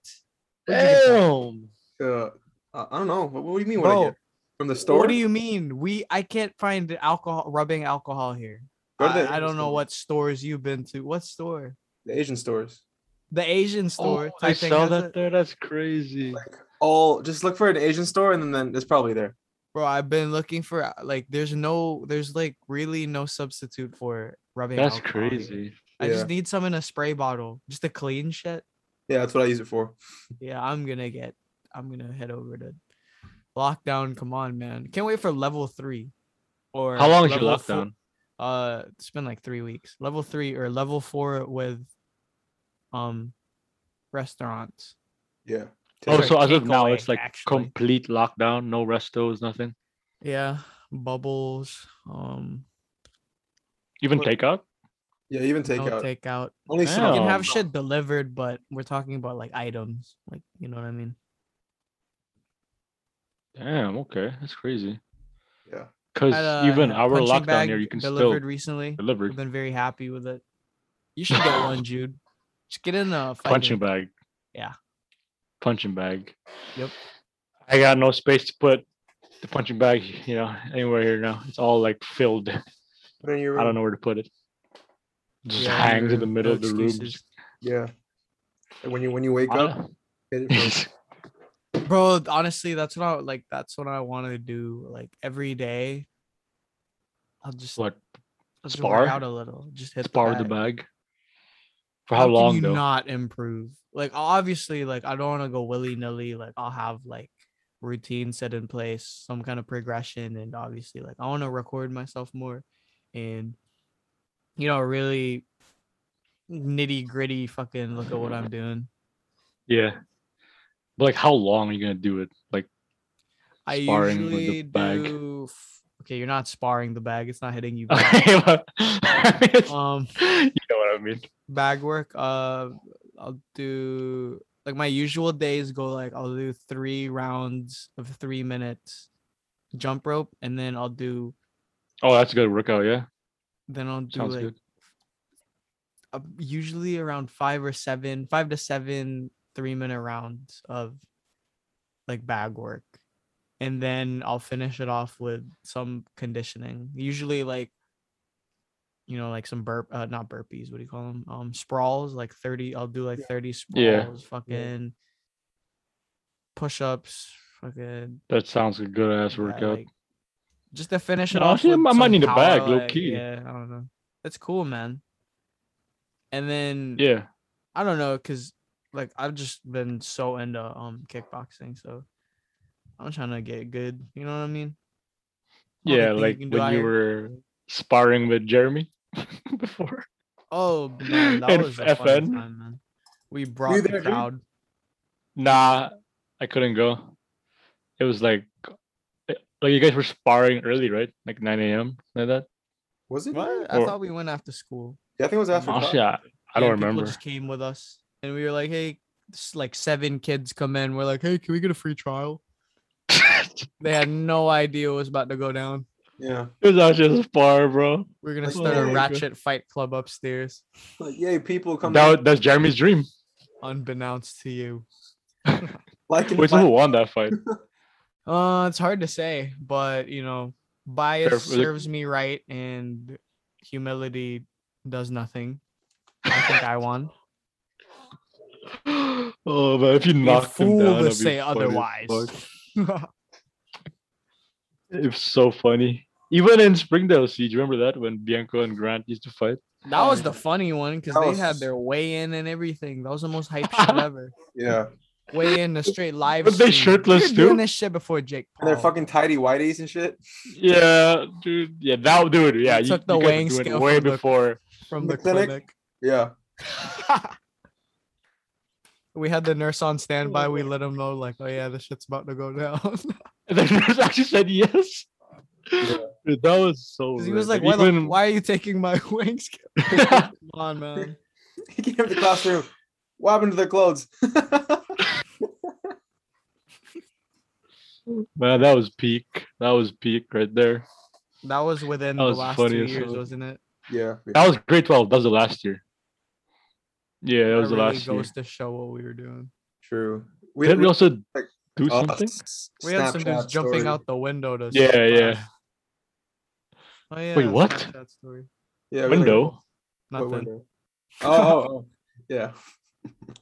Where'd you get that?
Damn.
Uh, I I don't know. What, what do you mean? What I
Bro,
get? from the store?
What do you mean? We I can't find alcohol rubbing alcohol here.
Go to the
I, I
Asian
don't know
store.
what stores you've been to. What store?
the Asian stores.
The Asian store.
Oh, I
type thing
saw
has
that
it.
there. That's crazy.
Like all, just look for an Asian store, and then, then it's probably there.
Bro, I've been looking for uh, like there's no there's like really no substitute for rubbing
That's
alcohol here.
crazy.
I
Yeah.
just need some in a spray bottle just to clean shit.
Yeah, that's what I use it for.
Yeah, I'm gonna get I'm gonna head over to lockdown. Come on, man. Can't wait for level three. Or
How long is your
level four-
lockdown?
uh it's been like three weeks level three or level four with um restaurants
Yeah.
Oh,
for
so as of now,
takeaway,
it's like
actually.
complete lockdown. No restos, nothing.
yeah bubbles um
Even
What-
takeout.
yeah, even
takeout. no
takeout.
takeout
Only
you can
Damn.
have shit delivered but we're talking about like items like you know what i mean
Damn. Okay, that's crazy.
Yeah.
Because
Had, uh,
even
had a
our
punching
lockdown
bag
here, you can still
delivered recently
deliver
i've been very happy with it you should get one jude just get in a fighting-
punching bag.
Yeah.
Punching bag.
Yep.
I got no space to put the punching bag, you know, anywhere here now. It's all like filled. I
Put it in your
don't
room.
know where to put it. Just
Yeah,
hangs in
no-
the middle
no
of the room.
excuses.
Yeah. And when you when you wake
I
up,
don't-
hit it from-
bro honestly that's what i like that's what i want to do like every day i'll just
what?
I'll just
spar?
work out a little just hit
Spar
the
the
bag.
bag. For how, long
can you
though?
not improve like obviously like i don't want to go willy-nilly like i'll have like routine set in place some kind of progression and obviously like i want to record myself more and you know really nitty gritty fucking look at what i'm doing
Yeah. But like, how long are you gonna do it? Like,
i
Sparring with the
usually
bag.
do f- okay you're not sparring the bag it's not hitting you back.
okay, but- I mean, it's-
um
you know what I mean?
bag work uh i'll do like my usual days go like i'll do three rounds of three minutes jump rope and then i'll do
Oh, that's a good workout. Yeah,
then i'll do
sounds
like
good.
uh, usually around five or seven five to seven three minute rounds of like bag work and then i'll finish it off with some conditioning usually like you know, like some burp, uh, not burpees. What do you call them? Um, sprawls. Like thirty. I'll do like
Yeah.
thirty
Yeah.
sprawls. Fucking push-ups. Fucking
That sounds like a good ass
yeah,
workout.
like, mm, just to finish it
No,
off.
yeah,
with
I might
some
need a bag,
power,
low
like,
key.
Yeah, I don't know. That's cool, man. And then
yeah.
I don't know, cause like I've just been so into um kickboxing, so I'm trying to get good. You know what I mean? Only
Yeah,
thing you
like
can
when
do out
you
here-
were sparring with Jeremy before.
Oh man, that
And
was a fun
FN.
time, man. We brought
there,
the
dude?
crowd.
Nah, I couldn't go. It was like, eh, like you guys were sparring early, right? Like 9 a.m. like that.
Was it?
What?
there?
I
Or-
thought we went after school.
Yeah, I think it was after.
Nah,
class.
Honestly, Oh, I, I don't
and people
remember.
Just came with us, and we were like, "Hey, s- like seven kids come in. We're like, hey, can we get a free trial?" They had no idea what was about to go down.
Yeah.
it was actually a spar, bro.
We are gonna
Like,
start
oh
a
my God.
ratchet fight club upstairs,
Like, yay, people come
That, was- that's Jeremy's dream.
unbeknownst to you.
like
Wait, so who won that fight?
Uh, it's hard to say, but you know, bias
Fair- like-
serves me right, and humility does nothing. I think I won.
oh man, if you
Be a
knocked him
fool
down,
to
that'd be
say
funny as
otherwise.
fuck. It's so funny. Even in Springdale Siege, remember that when Bianco and Grant used to fight?
That was the funny one because
That
they
was-
had their weigh in and everything. That was the most hype shit ever.
Yeah.
Weigh in a straight live.
Were they
stream.
shirtless
we were doing
too?
this shit before Jake Paul.
And they're fucking tidy whiteys and shit.
Yeah, dude. Yeah, that dude. Yeah, you,
took the
you guys were
weighing
doing it
scale
way
from the-
before.
from the
clinic.
clinic.
Yeah.
we had the nurse on standby. We let him know, like, oh yeah, this shit's about to go down.
And the nurse actually said yes. Dude, that was so.
Because he was
lit.
like, why, the,
even-
why are you taking my wings?
yeah,
Come on, man.
He came to the classroom. What happened to their clothes?
man, that was peak. That was peak right there.
That was within
That was
the last
funny
two
as
years,
hell.
wasn't it?
yeah.
That was grade twelve. That was the last year. Yeah, that was the
really
last year.
goes to show what we were doing.
True. We
Didn't we also do
uh,
something?
s-
We had some dudes
Snapchat
jumping
story.
out the window to.
Yeah,
snap
yeah.
us. Oh, yeah
Wait,
that's
what?
not That story.
Yeah. we like-
Window.
what
Nothing.
window? Oh, oh, oh. Yeah.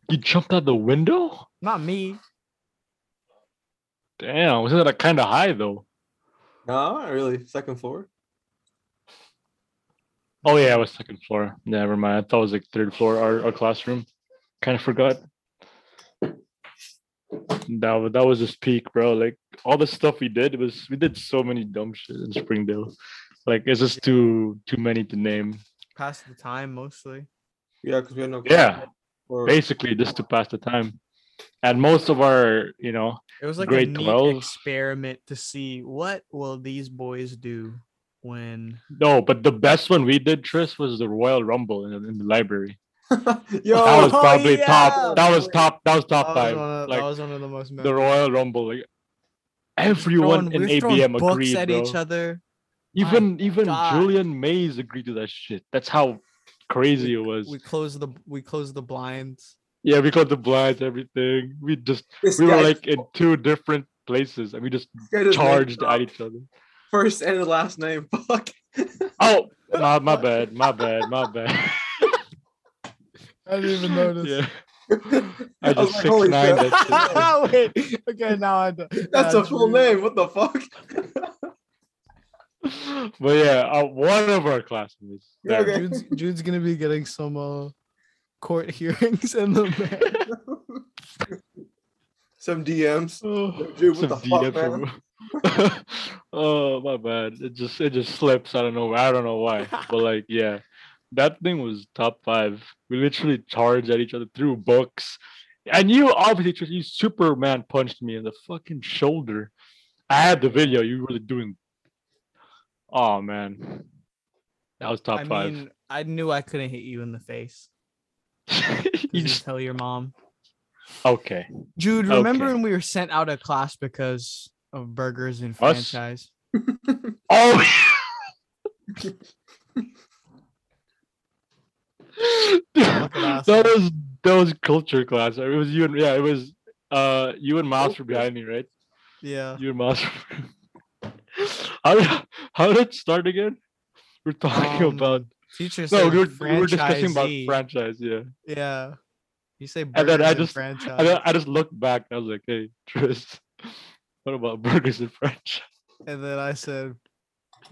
You jumped out the window?
Not me.
Damn, wasn't that kind of high though?
No, not really. Second floor.
Oh yeah, it was second floor. Never mind. I thought it was like third floor, our, our classroom. Kind of forgot. That wa- that was his peak, bro. Like all the stuff we did was we did so many dumb shit in Springdale. Like it's just too too many to name.
Past the time mostly.
Yeah, because we had no.
Yeah,
Or,
basically just to pass the time. And most of our, you know,
It was like a
Grade
neat
12.
experiment to see what will these boys do when
no, but the best one we did, Tris, was the Royal Rumble in, the- in the library.
Yo,
that was
oh,
probably
yeah,
top. That was
boy.
top. That was top
that, was
five.
one of,
like
that was one of the most
the Royal Rumble. Like, everyone
Throwing- we were
in
throwing
ABM
books
agreed,
at
bro.
each other. My
even even
God.
Julian Mays agreed to that shit. That's how crazy it was.
We closed the we closed the blinds.
yeah, we got the blinds, everything. We just
This
we
guy-
were like in two different places, and we just
this guy just made
charged
up
at each other.
First and last name. Fuck.
Oh, my my bad, my bad, my bad.
I didn't even
yeah, I
I
just
was like,
six
holy
nine.
shit.
That
Wait, okay, now I do.
That's a
That's
full
real.
name. What the fuck?
shit. but yeah, uh, one of our classmates.
Yeah,
that-
okay.
Jude's, Jude's gonna be getting some uh, court hearings in the mail.
Some DMs.
Oh,
Dude,
some
what the fuck,
DF removal. oh my bad. It just it just slips. I don't know. I don't know why. But like yeah, that thing was top five. We literally charged at each other through books, and you obviously just- you Superman punched me in the fucking shoulder. I had the video. You were doing. Oh man, that was top
I
five.
mean, I knew I couldn't hit you in the face.
you
You
just
tell your mom.
okay.
Jude, remember
Okay.
when we were sent out of class because of burgers and
Us?
franchise?
Oh.
Look at us.
that was that was culture class. It was you and yeah, it was uh you and Miles were
Culture.
behind me, right?
Yeah.
You and Miles. were- how did how did it start again? We're talking
Um,
about
Teacher said
No, we were, we were discussing about
franchisee.
franchise, yeah.
Yeah. You say
then
burgers and
I
then
just-
franchise.
And then I just looked back and I was like, hey, Tris, what about burgers and franchise?
and then I said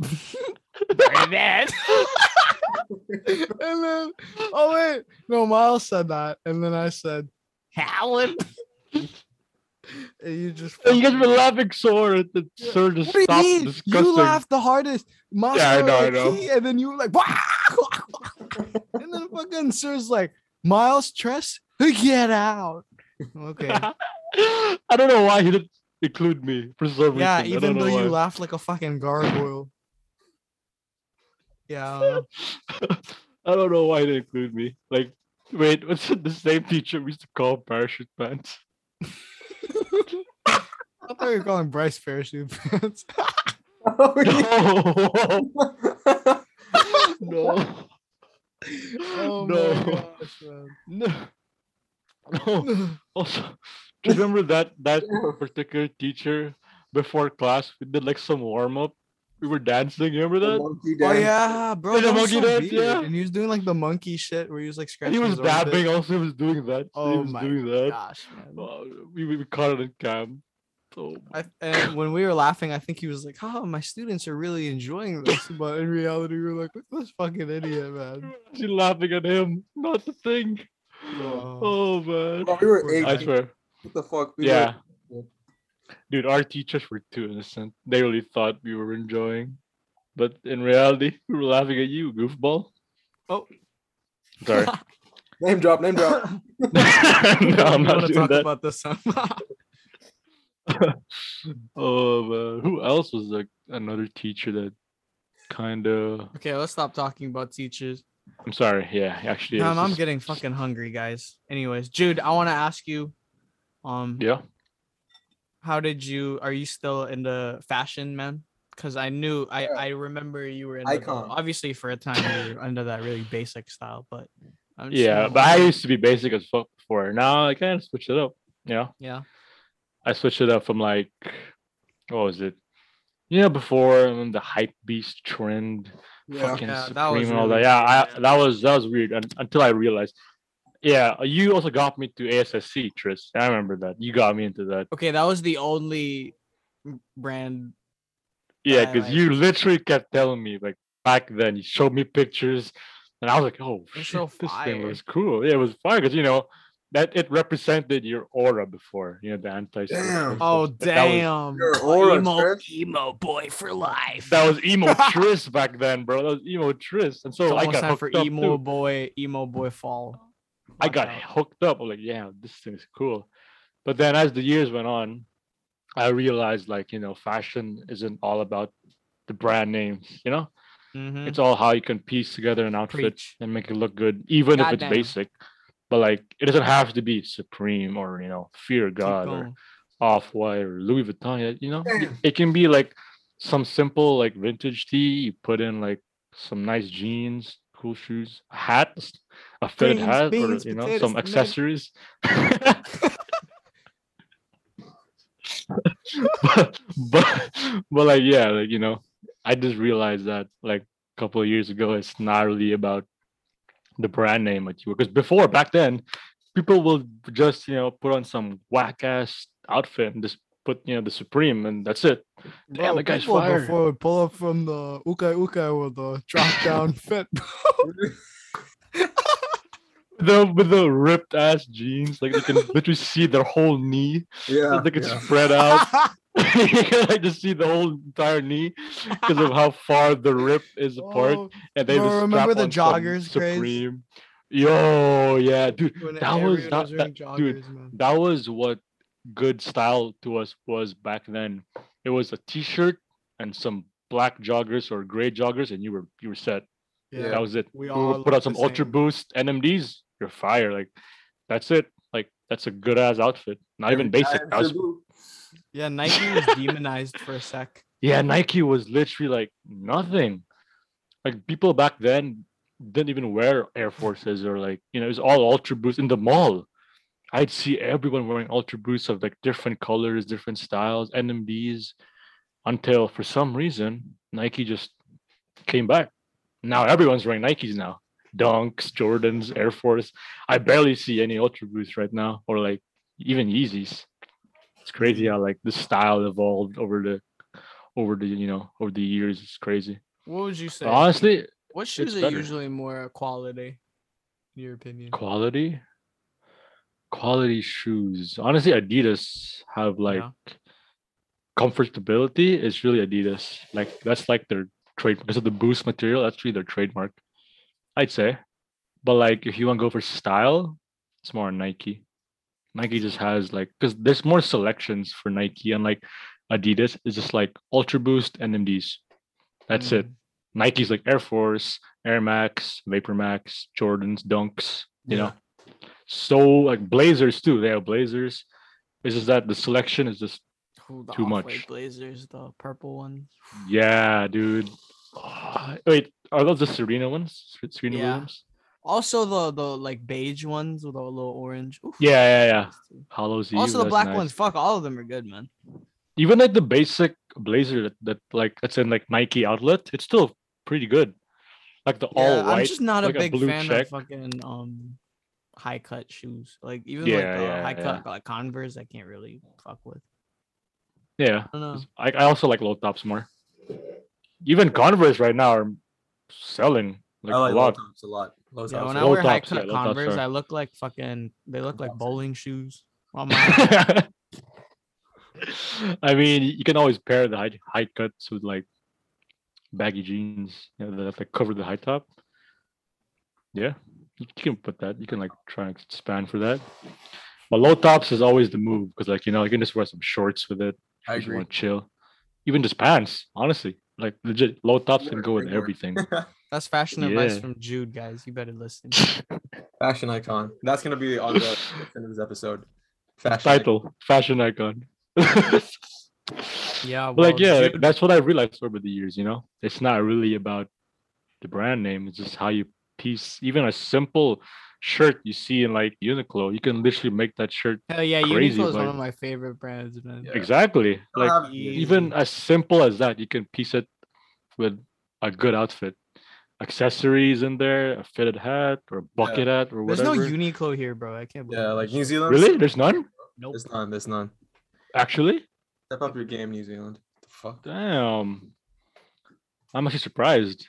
and then oh wait, no, Miles said that, and then I said Howard. and you just
And you guys
fucking-
were laughing so hard at the
Yeah.
sir just
What do
stopped
you mean?
discussing.
You laughed the hardest. Miles
Yeah, I
said,
know, I
like,
know.
"He," and then you were like, and then fucking Sir's like, Miles Tress, get out. Okay.
I don't know why he didn't include me for some
Yeah,
reason. I don't
even though
know
you
why.
laughed like a fucking gargoyle. Yeah. I don't know.
I don't know why they include me. Like, wait, what's it, the same teacher we used to call parachute pants?
I thought you were calling Bryce parachute pants.
No,
That's
no,
Oh
No. no, no. Also, do you remember that that particular teacher before class? We did like some warm up. We were dancing. You remember that?
Oh yeah, bro.
Yeah, the
that was
monkey
so
dance,
weird.
yeah.
And he was doing like the monkey shit where he was like
And
scratching.
he was
his armpit.
dabbing. Also, he was doing that. he
Oh
was
my
doing that.
Gosh, man.
Uh, we, we we caught it in cam. So
I, and when we were laughing, I think he was like, "Oh, my students are really enjoying this," but in reality, we were like, "Look at this fucking idiot, man."
she laughing at him. Not the thing. Oh man.
Bro, we were
Poor
eight.
I
guy.
swear.
What the fuck? We were-
Yeah. Dude, our teachers were too innocent. They really thought we were enjoying. But in reality, we were laughing at you, goofball.
Oh.
Sorry.
name drop, name drop.
no, I'm
We
not
wanna
doing
talk
that.
about this some-
oh man. Who else was like another teacher that kinda
okay, let's stop talking about teachers.
I'm sorry, yeah, actually.
Damn,
this
I'm
is-
getting fucking hungry, guys. Anyways, Jude, I want to ask you, um,
Yeah.
how did you? Are you still into fashion, man? Because I knew I
Yeah.
I remember you were into the-
Icon.
obviously for a time you were under that really basic style, but I'm just
Yeah.
kinda
But I
wondering-
used to be basic as fuck before. Now I kinda switch it up. Yeah.
yeah
I switched it up from like, what was it? You know, before um, the hype beast trend,
Yeah.
fucking
Yeah, that
Supreme
was
and all
really
that. Yeah, I,
weird,
that was that was weird un- until I realized. Yeah, you also got me to ASSC, Tris. I remember that. You got me into that.
okay that was the only m- brand
Yeah,
I
because
like-
you literally kept telling me like back then. You showed me pictures, and I was like, "Oh, shit,
It's so
this thing
fire.
was cool." Yeah, it was fire because you know that it represented your aura before. You know, the anti.
Damn.
oh
That was,
damn
Your
a
aura,
emo,
Trish.
emo boy for life
that was emo Tris back then, bro. That was emo Tris, and
It's
so I
almost
got
time
hooked
for
up
emo
too.
boy emo boy fall
I
Watch
got
out.
hooked up. I'm like, yeah, this thing's cool. But then as the years went on, I realized like you know, fashion isn't all about the brand names. You know,
Mhm.
it's all how you can piece together an outfit
Preach.
and make it look good, even if it's
Goddamn.
basic. But like, it doesn't have to be Supreme or you know, Fear
Keep
God or
going.
Off White or Louis Vuitton. yeah, You know, Y-
Damn.
it can be like some simple like vintage tee. You put in like some nice jeans, cool shoes, a hat, s- a fitted
Greens,
hat,
beans,
or you know,
potatoes,
some
tomato-
accessories. but, but but like yeah, like you know, I just realized that like a couple of years ago, it's not really about the brand name that you were because before back then, people will just you know put on some whack ass outfit and just put you know the Supreme and that's it. Damn,
Bro,
that guy's
people
fire.
before would pull up from the ukai ukai with the drop down fit
the with the ripped ass jeans, like they can literally see their whole knee.
Yeah.
Like it's
yeah.
spread out. you can like just see the whole entire knee because of how far the rip is apart.
Oh,
and they
bro,
just
remember
strap
the
on some
joggers craze?
Supreme. Yo, yeah, dude,
when
that was
everyone
not-
wearing
dude,
joggers, man.
that was what good style to us was back then. It was a t-shirt and some black joggers or gray joggers, and you were you were set.
Yeah.
That was it.
we
We
all
would put out
look
some
the
Ultra
same.
Boost NMDs. You're fire. Like that's it. Like that's a good ass outfit. Not even basic.
Giant
That was-
Cebu.
Yeah, Nike was demonized for a sec.
yeah, Nike was literally like nothing. Like people back then didn't even wear Air Forces or like you know it was all Ultra Boost in the mall. I'd see everyone wearing Ultra Boosts of like different colors, different styles, NMDs, until for some reason Nike just came back. Now everyone's wearing Nikes now. Dunks, Jordans, Air Force. I barely see any Ultra Boosts right now, or like even Yeezys. It's crazy how like the style evolved over the over the you know over the years. It's crazy.
What would you say?
But honestly,
what shoes
it's
are
better.
usually more quality, in your opinion?
quality quality shoes honestly adidas have like comfortability it's really adidas like that's like their trade because of the boost material that's really their trademark i'd say but like if you want to go for style it's more nike nike just has like because there's more selections for nike and like adidas is just like ultra boost and mds that's it
Mm,
nike's like air force air max vapor max jordans dunks you
Yeah.
know so like blazers too they have blazers it's just that the selection is just
Ooh, the
too
Off-White
much.
Blazers, the purple ones.
yeah dude Ah, wait are those the serena ones Ser- serena
Yeah.
williams
Also the the like beige ones with a little orange. Oof,
Yeah, yeah, yeah.
those two.
hollows
Also the black ones. Fuck, all of them are good, man.
even like the basic blazer that, that like that's in like nike outlet it's still pretty good like the all
I'm
white
just not
like
a
a
big
blue
fan
check.
of fucking um high cut shoes. Like even
Yeah,
like the
yeah,
high cut like Converse, I can't really fuck with.
yeah
I don't know.
It's- I, I also like low tops more. Even Converse right now are selling like,
I like
a lot.
low tops a lot. Low
Yeah,
tops
when
a
I
low
lot.
wear high
tops, yeah,
cut
low tops
Converse,
are-
I look like fucking. They look like
tops are-
bowling shoes. On my
I mean, you can always pair the high, high cuts with like baggy jeans you know, that like cover the high top. Yeah, you can put that. You can like try and expand for that. But low tops is always the move because like you know you can just wear some shorts with it.
I
if you
agree.
want to chill. Even just pants, honestly. Like legit, low tops
More,
can go with
way more.
everything.
that's fashion advice
Yeah.
from Jude, guys. You better listen.
Fashion icon. That's gonna be on the description of this episode. Fashion icon.
title fashion icon
Yeah, well,
like yeah like,
Jude-
that's what i realized over the years you know it's not really about the brand name it's just how you piece even a simple shirt you see in like uniqlo you can literally make that shirt
Hell yeah,
crazy,
Uniqlo is one
like-
of my favorite brands, man.
Yeah.
exactly
I
like e
don't have it yet.
even uh, as simple as that you can piece it with a good outfit accessories in there a fitted hat or a bucket hat or
There's
whatever
no Uniqlo here, bro. I can't believe.
Yeah,
it.
like New Zealand.
really there's none
Nope.
There's none. There's none.
actually
Step up your game, New Zealand. The fuck.
damn i'm actually surprised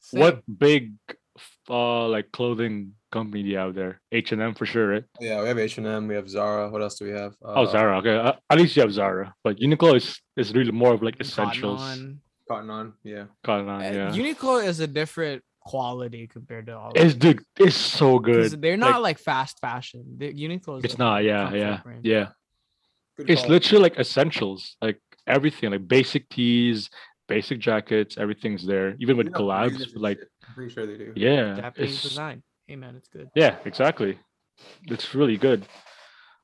Same.
What big f- uh like clothing company do you have there? H and M for sure, right?
Yeah, we have H and M. We have Zara. What else do we have? Uh,
oh, Zara. Okay, uh, at least you have Zara, but Uniqlo is is really more of like
Cotton
essentials.
On.
Cotton On. Yeah.
Cotton On,
Uh,
yeah.
Uniqlo is a different quality compared to all. of
it's
them.
dude, it's so
'Cause
good.
They're not like, fast fashion. The Uniqlo is
It's
like,
not, yeah,
comfort
yeah,
brand.
yeah.
Good
It's
call.
literally like essentials, like everything, like basic tees, basic jackets, everything's there. Even
They
with
have
collabs,
blazers
with,
and
like
shit. I'm pretty sure they do.
yeah,
Japanese
it's-
design. Hey man, it's good.
yeah, exactly. It's really good.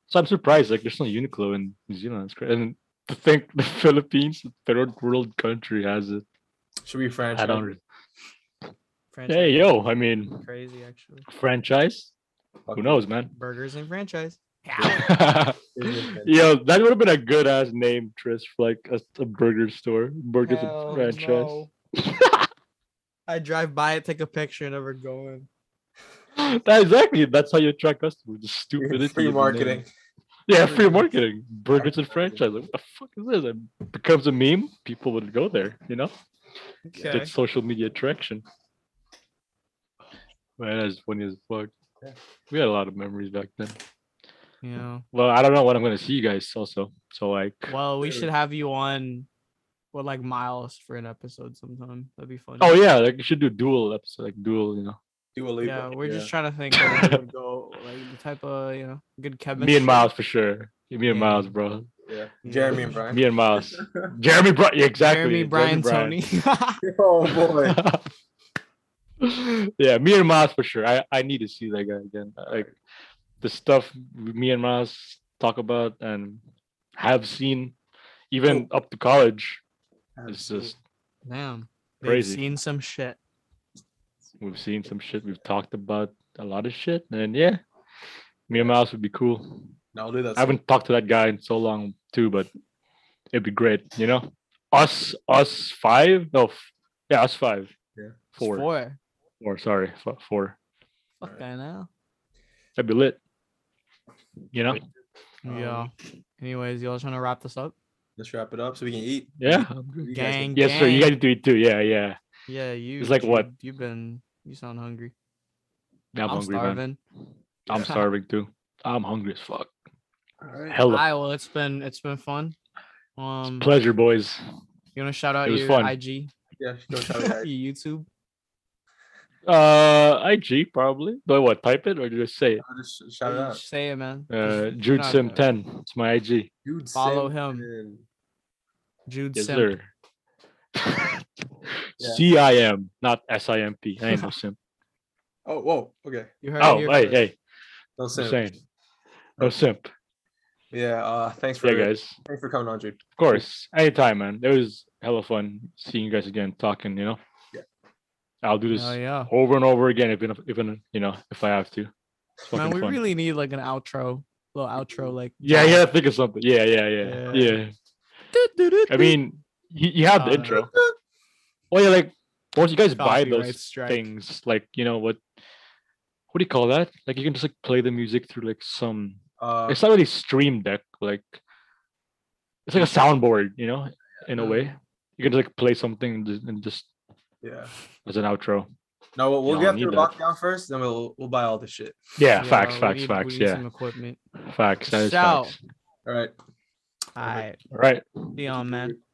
So I'm surprised, like, there's no Uniqlo in New Zealand. It's crazy. And to think the Philippines, the third world country, has it.
Should we franchise?
I don't.
Franchise
Hey,
is
yo, I mean,
crazy actually.
franchise.
Fuck
Who
it.
knows, man?
Burgers and franchise.
yo, that would have been a good ass name, Tris, for like a, a burger store, burgers and franchise.
I drive by it, take a picture, and never go in.
That- exactly. That's how you attract customers. The
Free-
stupidity. of the
Free
name.
marketing.
Yeah,
Free
free
marketing.
marketing. Burgers and
Absolutely.
franchise. Like, what the fuck is this? It becomes a meme. People would go there, you know? It's
Okay.
social media attraction. Man, that's funny as fuck.
Yeah.
We had a lot of memories back then.
Yeah.
Well, I don't know what I'm gonna see you guys also. So like
Well, we
Dude.
should have you on with like Miles for an episode sometime. That'd be fun.
oh yeah, like you should do dual episode, like dual, you know.
Dua Lipa.
Yeah, we're just
Yeah.
trying to think of what would go like the type of you know good chemistry.
Me and Miles for sure. Me and
Yeah.
Miles, bro.
Yeah. Jeremy and Brian.
Me and Miles. Jeremy Bri- yeah, exactly.
Jeremy, Brian, Tony.
Oh boy.
Tony. yeah, me and Miles for sure. I, I need to see that guy again. Like the stuff me and Miles talk about and have seen even up to college. It's just
Damn,
Crazy.
they've seen some shit.
we've seen some shit. We've talked about a lot of shit, and yeah, me and Miles would be cool.
No, I'll do that.
I haven't talked to that guy in so long too, but it'd be great, you know. Us, us five, no, f- yeah, us five.
It's
Four. Four.
four.
Sorry. fu- Four.
Fuck
Alright.
I know.
That'd be lit. You know?
Um,
yeah. Anyways, y'all trying to wrap this up?
Let's wrap it up so we can eat.
Yeah.
You guys
Gang.
Yes, sir. You
gang.
guys do it too. Yeah, yeah.
Yeah, you.
like what?
you- You've been. You sound hungry.
Now I'm, hungry, man.
starving.
I'm starving too. I'm hungry as fuck.
All right.
Hella.
Alright, well, it's been it's been fun. Um,
Pleasure, boys.
you want to shout out
It was
your
fun.
IG,
Yeah, go
your
tell me.
YouTube?
Uh, IG probably. Do I what? Type it or do I say it?
I'll just sh- shout it out.
Say it, man.
Uh,
Just
Jude
shout it
Sim
out.
10. It's my IG.
Dude,
Follow
send
him.
in.
Jude
Yes,
Sim.
sir. C I M, not S I M P. I ain't no simp.
Oh, whoa. Okay.
You heard it
Oh,
here
hey,
first.
hey,
No
no
sin.
saying, no simp.
Yeah. Uh, thanks for
Yeah, guys, of
thanks for coming on, Jude.
course, anytime, man. It was hella fun seeing you guys again, talking. You know,
Yeah.
I'll do this
Hell yeah,
over and over again if if- even you know if I have to. It's
man.
fucking
We
fun.
really need like an outro, little outro, like
yeah, yeah. Think of something. Yeah, yeah, yeah,
Yeah.
yeah. I mean, you, you have the
Uh,
intro. Well, yeah, like once you guys buy
Copyright
those
strike.
things, like you know what, what do you call that? Like you can just like play the music through like some.
Uh,
It's not really stream deck, like it's like a soundboard, you know, in a
Yeah.
way. You can just like play something and just, and just
yeah.
as an outro.
No, we'll, we'll
Yeah,
get
I
through
need that.
lockdown first, then we'll we'll buy all this shit.
Yeah, facts,
we
facts,
need- we
facts.
need
Yeah,
some equipment.
facts. That is
Shout.
facts.
All right.
All right,
All right.
be on, man.